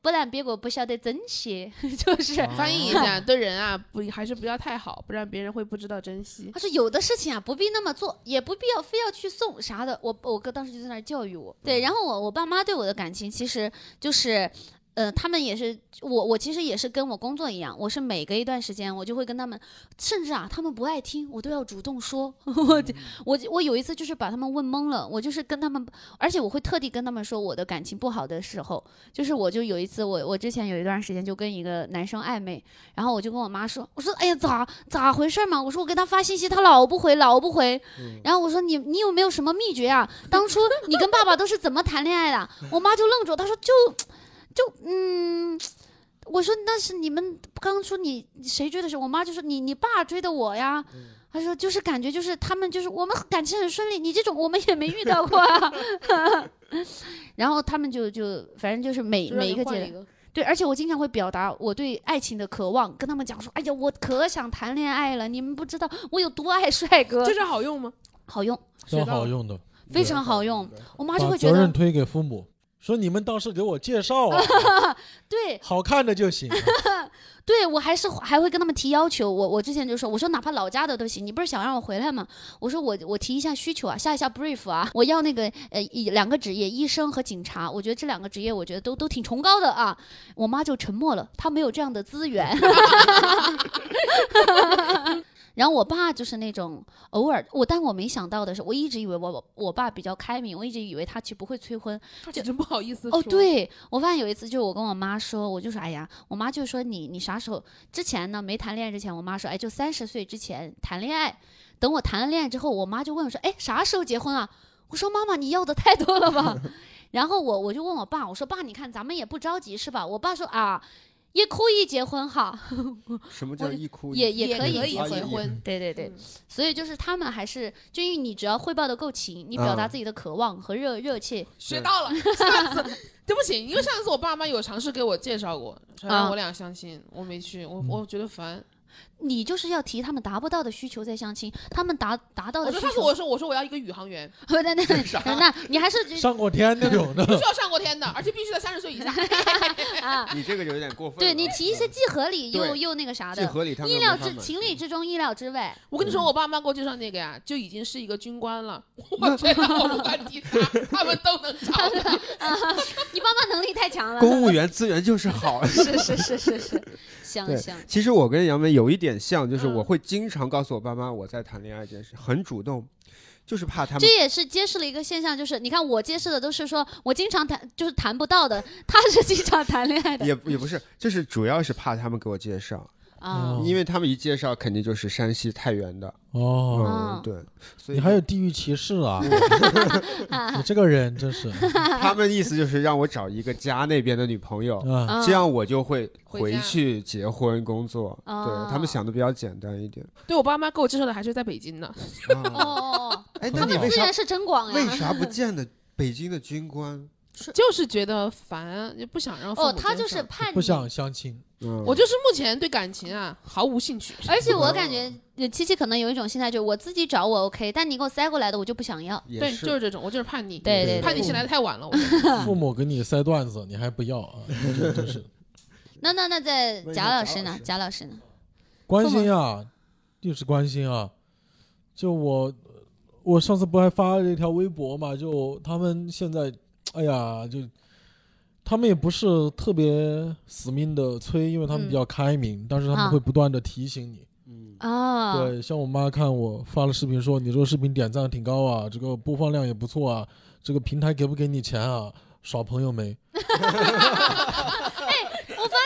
不然别个不晓得珍惜， 就是。啊翻译一下，对人啊，不还是不要太好，不然别人会不知道珍 惜。他说有的事情啊不必那么做，也不必要非要去送啥的。我我哥当时就在那儿教育我。对，然后我我爸妈对我的感情其实就是。呃，他们也是我，我其实也是跟我工作一样，我是每隔一段时间，我就会跟他们，甚至啊，他们不爱听，我都要主动说。 我我我有一次就是把他们问懵了，我就是跟他们，而且我会特地跟他们说我的感情不好的时候，就是我就有一次我我之前有一段时间就跟一个男生暧昧，然后我就跟我妈说，我说哎呀咋咋回事嘛？我说我给他发信息，他老不回，老不回。然后我说你你有没有什么秘诀啊？当初你跟爸爸都是怎么谈恋爱的？我妈就愣住，她说就就嗯。我说那是你们刚说你谁追的是我妈就说你你爸追的我呀，她说就是感觉就是他们就是我们感情很顺利，你这种我们也没遇到过 啊。然后他们就就反正就是每就让每一你个换阶一段，个对，而且我经常会表达我对爱情的渴望，跟他们讲说，哎呀，我可想谈恋爱了，你们不知道我有多爱帅哥 这，招好用吗？好用，真好用的，非常好用。我妈就把会觉责任得，推给父母，说你们倒是给我介绍 啊，对好看的 就行啊。对，我还是还会跟他们提要求。我我之前就说，我说哪怕老家的都行，你不是想让我回来吗？我说我我提一下需求啊，下一下 brief 啊，我要那个呃一两个职业，医生和警察。我觉得这两个职业，我觉得都都挺崇高的啊。我妈就沉默了，她没有这样的资源。 然后我爸就是那种偶尔我，但我没想到的是，我一直以为我我我爸比较开明，我一直以为他去不会催婚。他就真不好意思哦，，对我发现有一次，就是我跟我妈说，我就说，哎呀，我妈就说你你啥时候之前呢？没谈恋爱之前，我妈说，哎，就三十岁之前谈恋爱。等我谈了恋爱之后，我妈就问我说，哎，啥时候结婚啊？我说妈妈，你要的太多了 吧？然后我我就问我爸，我说爸，你看咱们也不着急是吧？我爸说啊，一哭一结婚哈，什么叫一哭一也也可以以结婚结婚。对对对嗯，所以就是他们还是，就因为你只要汇报的够勤，你表达嗯自己的渴望和热热切，学到 了。上次对不起，因为上次我爸妈有尝试给我介绍过，说啊让我俩相亲，我没去，我我觉得烦。你就是要提他们达不到的需求再相亲，他们达达到我的说需上次求我，说我说我要一个宇航 员，那那 那那你还是觉上过天那种的必，须要上过天的，而且必须在三十岁以下。得啊，你这个就有点过分了。对你提一些既合理又对又那个啥既的，合理，他们嗯意又料没法之买情理之中，意料之 外。我跟你说，我爸妈给我介绍那个呀，就已经是一个军 官了。我觉得我不管提他，他们都能找到。你爸妈能力太强了，公务员资源就是 好。是是是是是，行对行，其实我跟杨梅有一点像，就是嗯我会经常告诉我爸妈我在谈恋爱这件事，很主动，就是怕他们这也是揭示了一个现象，就是你看我揭示的都是说我经常谈就是谈不到的，他是经常谈恋爱的也也不是，就是主要是怕他们给我介绍，啊 哦因为他们一介绍肯定就是山西太原的。哦，哦嗯，对，所以你还有地域歧视 啊！你这个人真啊是他们意思就是让我找一个家那边的女朋友，嗯啊，哦这样我就会回回家去结婚工作。哦对他们想的比较简单一点。对我爸妈给我介绍的还是在北京呢。哦 啊，哦，哎，他那你们为资啥源是真广为呀。啥不见呢？北京的军官，就是觉得烦，就不想让父母哦，他见就是上叛逆，不想 相亲。嗯，我就是目前对感情啊毫无兴趣。而且我感觉呃七七可能有一种心态，就是我自己找我 OK，但你给我塞过来的我就不想要。也对，是就是这种，我就是叛逆，对对对叛逆期来的太晚了。我 父母给你塞段子，你还不要啊？这真是那那那在问一贾下老贾师老呢？师贾老师呢？关心啊，就是关心啊。就我，我上次不还发了一条微博嘛？就他们现在，哎呀，就他们也不是特别死命的催，因为他们嗯比较开明，但是他啊们会不断的提醒你。嗯，啊，对，像我妈看我发了视频说，你这个视频点赞挺高啊，这个播放量也不错啊，这个平台给不给你钱啊？耍朋友没？我发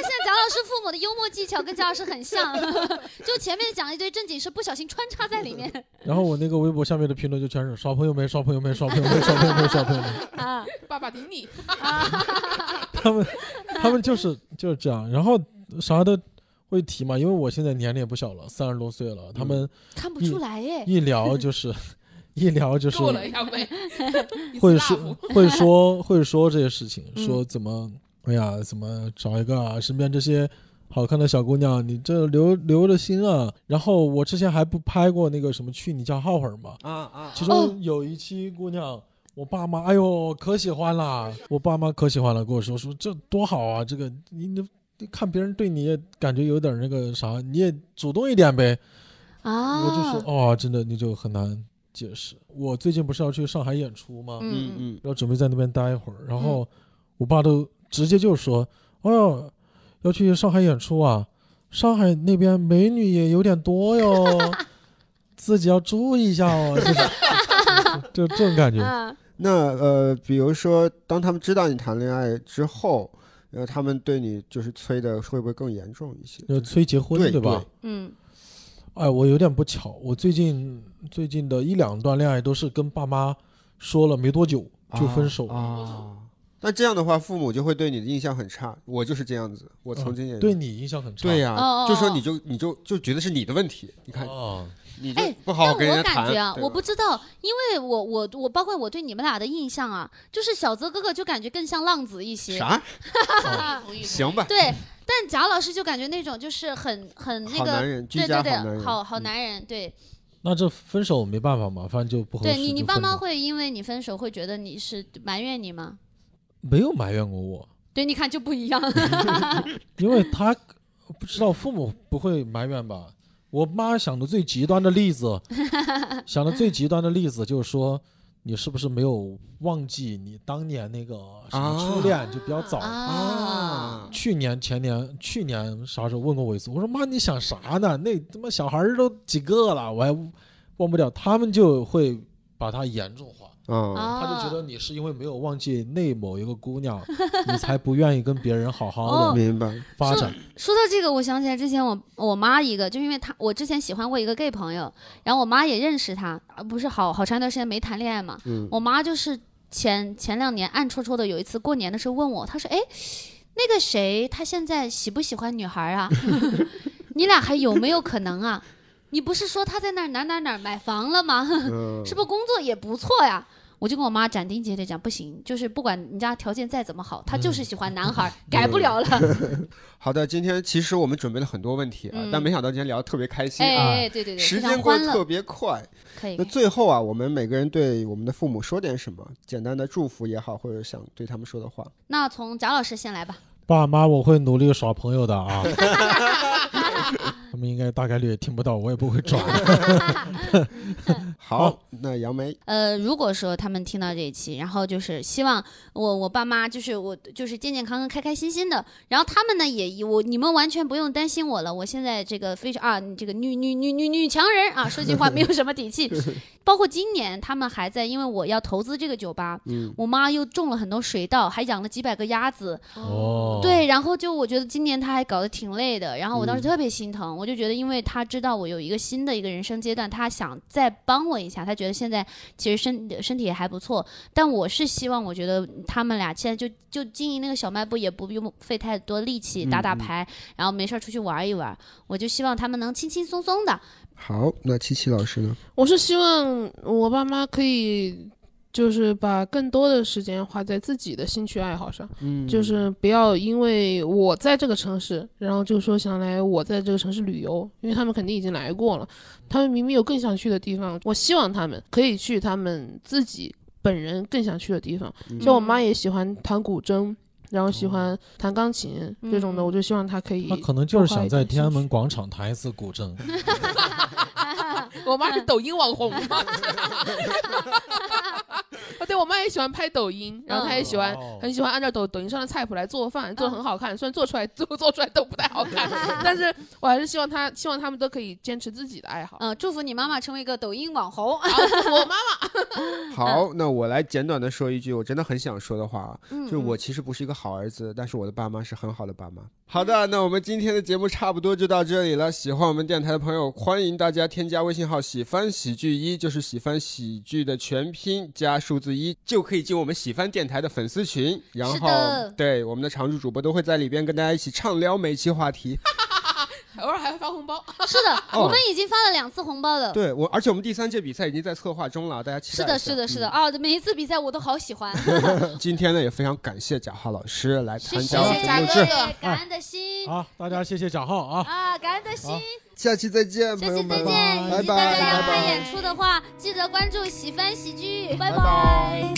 现贾老师父我的幽默技巧跟贾老师很像， 就前面讲一堆正经事，不小心穿插在里面 然后我那个微博下面的评论就全是刷朋友没，刷朋友没，刷朋友没，刷朋友没，刷朋友没。啊爸爸顶你，他们他们就是就是这样，然后啥的会提嘛，因为我现在年龄也不小了，三十多岁了，他们看嗯不出来耶。一聊就是一聊就是够了呀妹，你会 slav 说会说会说这些事情，说怎么哎呀怎么找一个啊，身边这些。好看的小姑娘，你这留留着心啊！然后我之前还不拍过那个什么去你家浩会儿嘛，啊啊其哦中有一期姑娘，我爸妈，哎呦，可喜欢啦！我爸妈可喜欢了，跟我说说这多好啊，这个你你你看别人对你也感觉有点那个啥，你也主动一点呗。啊，我就说哦，真的你就很难解释。我最近不是要去上海演出吗？嗯嗯，嗯，要准备在那边待一会儿，然嗯后我爸都直接就说，哎呦，要去上海演出啊，上海那边美女也有点多 哟，自己要注意一下 哦，就是就这种感觉。啊，那呃，比如说当他们知道你谈恋爱之后，呃，他们对你就是催的会不会更严重一些？就催结婚对吧？嗯哎，我有点不巧，我最近最近的一两段恋爱都是跟爸妈说了没多久就分手了。啊。那这样的话，父母就会对你的印象很差。我就是这样子，我曾经也、嗯对你印象很差。嗯对呀、哦哦就说你就你就就觉得是你的问题，你看、哦，你就哎不好但好跟人我家谈，感觉啊，对我吧不知道，因为我我我包括我对你们俩的印象啊，就是小泽哥哥就感觉更像浪子一些，啥啊同意行吧，对，但贾老师就感觉那种就是很很那 好个男，人，居对对家好男对，人，好好嗯男人，对那这分手没办法嘛，反正就不合适。对，你你就爸分妈了会因为你分手会觉得你是埋怨你吗？没有埋怨过我，对，你看就不一样，因为他不知道父母不会埋怨吧？我妈想的最极端的例子，想的最极端的例子就是说，你是不是没有忘记你当年那个什么初啊恋，就比较早。嗯啊，去年、前年、去年啥时候问过我一次？我说妈，你想啥呢？那他妈小孩儿都几个了，我还忘不掉。他们就会把它严重化，嗯，啊他就觉得你是因为没有忘记那某一个姑娘，你才不愿意跟别人好好哦的 明白，发展。说到这个，我想起来之前我我妈一个，就因为她我之前喜欢过一个 gay 朋友，然后我妈也认识他，啊不是好好长一段时间没谈恋爱嘛，嗯，我妈就是前前两年暗戳戳的有一次过年的时候问我，她说：“哎，那个谁，他现在喜不喜欢女孩啊？ 你俩还有没有可能啊？你不是说他在那儿哪儿哪儿哪儿买房了吗？ 嗯是不是工作也不错呀？”我就跟我妈斩钉截铁讲，不行，就是不管你家条件再怎么好，他就是喜欢男孩儿，改不了了。好的，今天其实我们准备了很多问题啊，嗯但没想到今天聊得特别开心啊，哎，对对对，时非常间过欢得乐特，别快。可以。那可以最后啊，我们每个人对我们的父母说点什么，简单的祝福也好，或者想对他们说的话。那从贾老师先来吧。爸妈，我会努力耍朋友的啊。 他们应该大概率也听不到，我也不会转。好，那杨梅，呃，如果说他们听到这一期，然后就是希望我我爸妈就是我就是健健康康、开开心心的，然后他们呢也我你们完全不用担心我了，我现在这个非常啊你这个女女女女女强人啊，说句话没有什么底 气。包括今年他们还在，因为我要投资这个酒吧，嗯，我妈又种了很多水稻，还养了几百个鸭子，哦，对，然后就我觉得今年他还搞得挺累的，然后我当时嗯特别心疼，我就觉得，因为他知道我有一个新的一个人生阶段，他想再帮我一下，他觉得现在其实身身体也还不错，但我是希望，我觉得他们俩现在就就经营那个小卖部，也不用费太多力气，打打嗯嗯牌，然后没事儿出去玩一玩，我就希望他们能轻轻松松的，好，那七七老师呢？我是希望我爸妈可以。就是把更多的时间花在自己的兴趣爱好上，嗯就是不要因为我在这个城市，然后就说想来我在这个城市旅游，因为他们肯定已经来过了，他们明明有更想去的地方，我希望他们可以去他们自己本人更想去的地方。嗯像我妈也喜欢弹古筝，然后喜欢弹钢琴这种的，嗯我就希望她可以他。可能就是想在天安门广场弹一次古 筝。我妈是抖音网红嘛，对我妈也喜欢拍抖音，然后她也喜欢、哦很喜欢按照抖抖音上的菜谱来做饭，做的很好看。虽然做出来做做出来都不太好看，但是我还是希望她希望他们都可以坚持自己的爱好。嗯，祝福你妈妈成为一个抖音网红。 我妈嗯好，那我来简短的说一句，我真的很想说的话啊，嗯就是我其实不是一个好儿子，但是我的爸妈是很好的爸妈。好的，嗯那我们今天的节目差不多就到这里了。喜欢我们电台的朋友，欢迎大家添加微信号“喜翻喜剧一”，就是喜翻喜剧的全拼加数字一，就可以进我们喜翻电台的粉丝群。然是后的，对我们的常驻主播都会在里边跟大家一起畅聊每期话题。妈偶尔还会发红包，是的，哦我们已经发了两次红包了。对我，而且我们第三届比赛已经在策划中了，大家期是待的，一下。嗯是的，是的啊！每一次比赛我都好喜欢，今天呢，也非常感谢贾浩老师来谢参谢加我们贾的录哥制。，啊感恩的心好，大家谢谢贾浩啊，啊，感恩的心。下期再见，下朋友期再们，见，以拜及大拜，家要拜看拜。演出的话，记得关注喜翻喜剧，拜拜拜拜。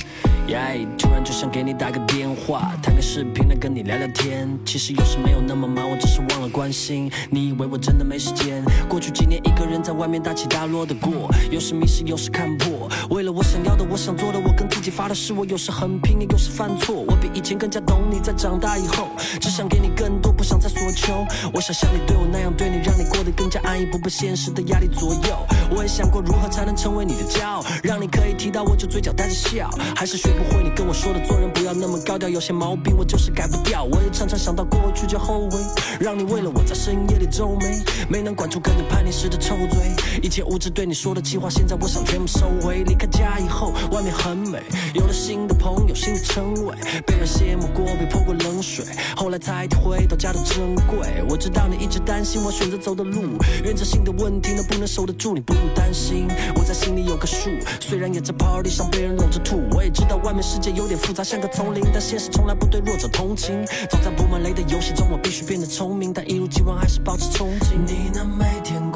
耶突然就想给你打个电话，谈个视频来跟你聊聊天。其实有时没有那么忙，我只是忘了关心。你以为我真的没时间？过去几年一个人在外面大起大落的过，有时迷失，有时看破。为了我想要的，我想做的，我跟自己发的誓，我有时很拼，也有时犯错。我比以前更加懂你，在长大以后，只想给你更多，不想再索求。我想像你对我那样对你，让你过得更加安逸，不被现实的压力左右。我也想过如何才能成为你的骄傲，让你可以提到我就嘴角带着笑。还是学不会你跟我说的，做人不要那么高调，有些毛病我就是改不掉。我也常常想到过去就后悔，让你为了我在深夜里皱眉，没能管住跟你叛逆时的臭嘴。一切无知对你说的气话，现在我想全部收回。离开家以后，外面很美，有了新的朋友，新的称谓，被人羡慕过，被泼过冷水，后来才体会到家的珍贵。我知道你一直担心我选择走的路，原则性的问题能不能守得住，你不用担心，我在心里有个数。虽然也在 party 上被人搂着吐，我也知道外面世界有点复杂，像个丛林，但现实从来不对弱者同情。走在布满雷的游戏中，我必须变得聪明，但一如既往还是保持憧憬。你那每天。